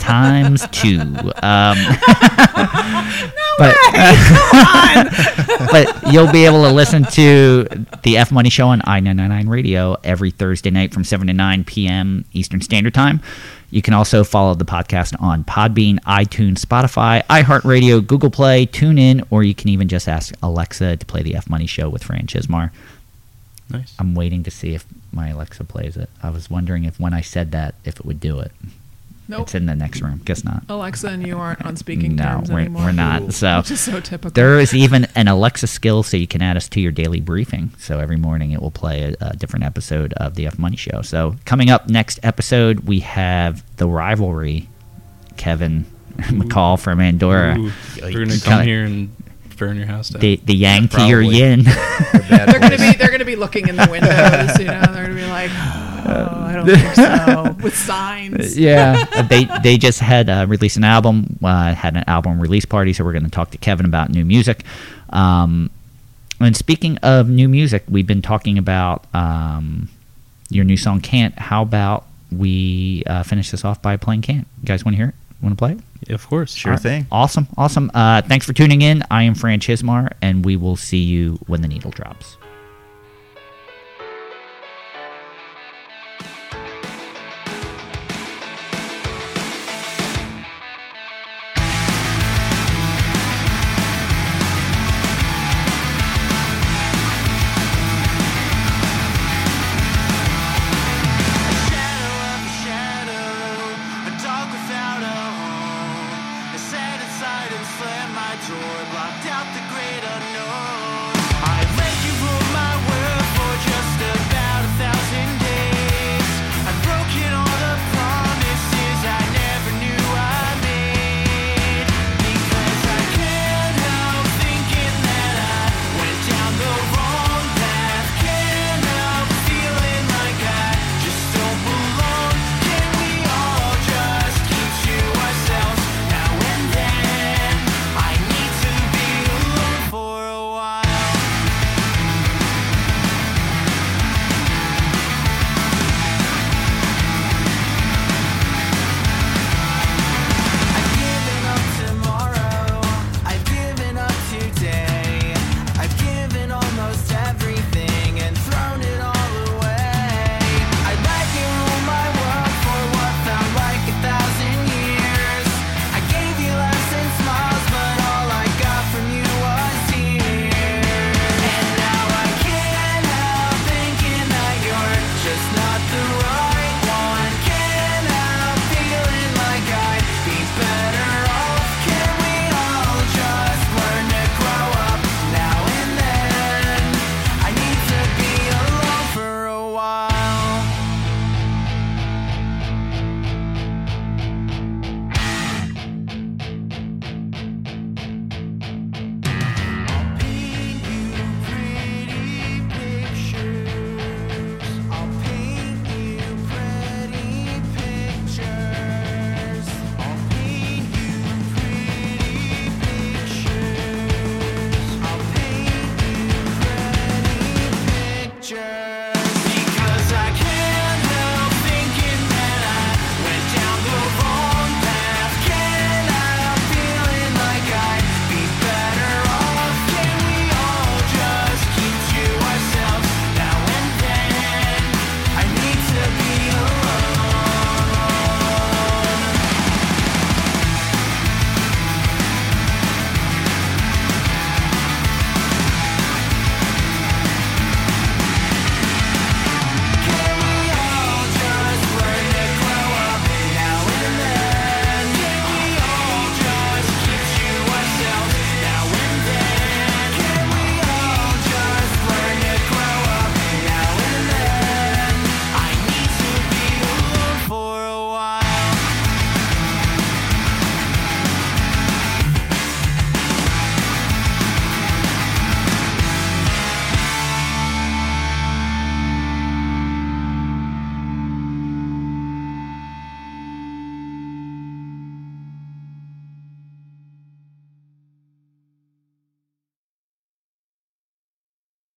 [SPEAKER 1] Times two.
[SPEAKER 2] <laughs>
[SPEAKER 1] Um, <laughs> but, <laughs> but you'll be able to listen to the F Money Show on i999 Radio every Thursday night from 7 to 9 p.m. Eastern Standard Time. You can also follow the podcast on Podbean, iTunes, Spotify, iHeartRadio, Google Play, TuneIn, or you can even just ask Alexa to play the F Money Show with Fran Chismar.
[SPEAKER 4] Nice.
[SPEAKER 1] I'm waiting to see if my Alexa plays it. I was wondering if when I said that, if it would do it.
[SPEAKER 2] <laughs> Nope.
[SPEAKER 1] It's in the next room. Guess not.
[SPEAKER 2] Alexa and you aren't on speaking
[SPEAKER 1] no,
[SPEAKER 2] terms
[SPEAKER 1] we're,
[SPEAKER 2] anymore.
[SPEAKER 1] we're not.
[SPEAKER 3] Ooh.
[SPEAKER 1] So
[SPEAKER 2] Which is so typical.
[SPEAKER 1] there is even an Alexa skill, so you can add us to your daily briefing. So every morning it will play a, a different episode of the F Money Show. So coming up next episode, we have the rivalry, Kevin <laughs> McCall from Andorra.
[SPEAKER 3] uh,
[SPEAKER 4] Ooh, We're going to
[SPEAKER 1] Yikes.
[SPEAKER 4] come here and burn your house down.
[SPEAKER 1] The, the yang to your
[SPEAKER 3] Probably.
[SPEAKER 1] <laughs> yin.
[SPEAKER 2] <laughs> they're going
[SPEAKER 1] <laughs>
[SPEAKER 2] to be they're going to be looking in the windows. You know, they're going to be like, oh, I don't
[SPEAKER 1] <laughs>
[SPEAKER 2] think so, with signs.
[SPEAKER 1] yeah, Uh, they they just had uh, released an album, uh, had an album release party, so we're going to talk to Kevin about new music. Um, and speaking of new music, we've been talking about um, your new song "Can't." How about we uh, finish this off by playing "Can't"? You guys want to hear it? Want to play it?
[SPEAKER 4] Of course.
[SPEAKER 3] Sure thing.
[SPEAKER 1] Awesome, awesome. Uh, thanks for tuning in. I am Fran Chismar, and we will see you when the needle drops.
[SPEAKER 5] shadow of a shadow, a dog without a home. I sat inside and slammed my door, blocked out the great unknown.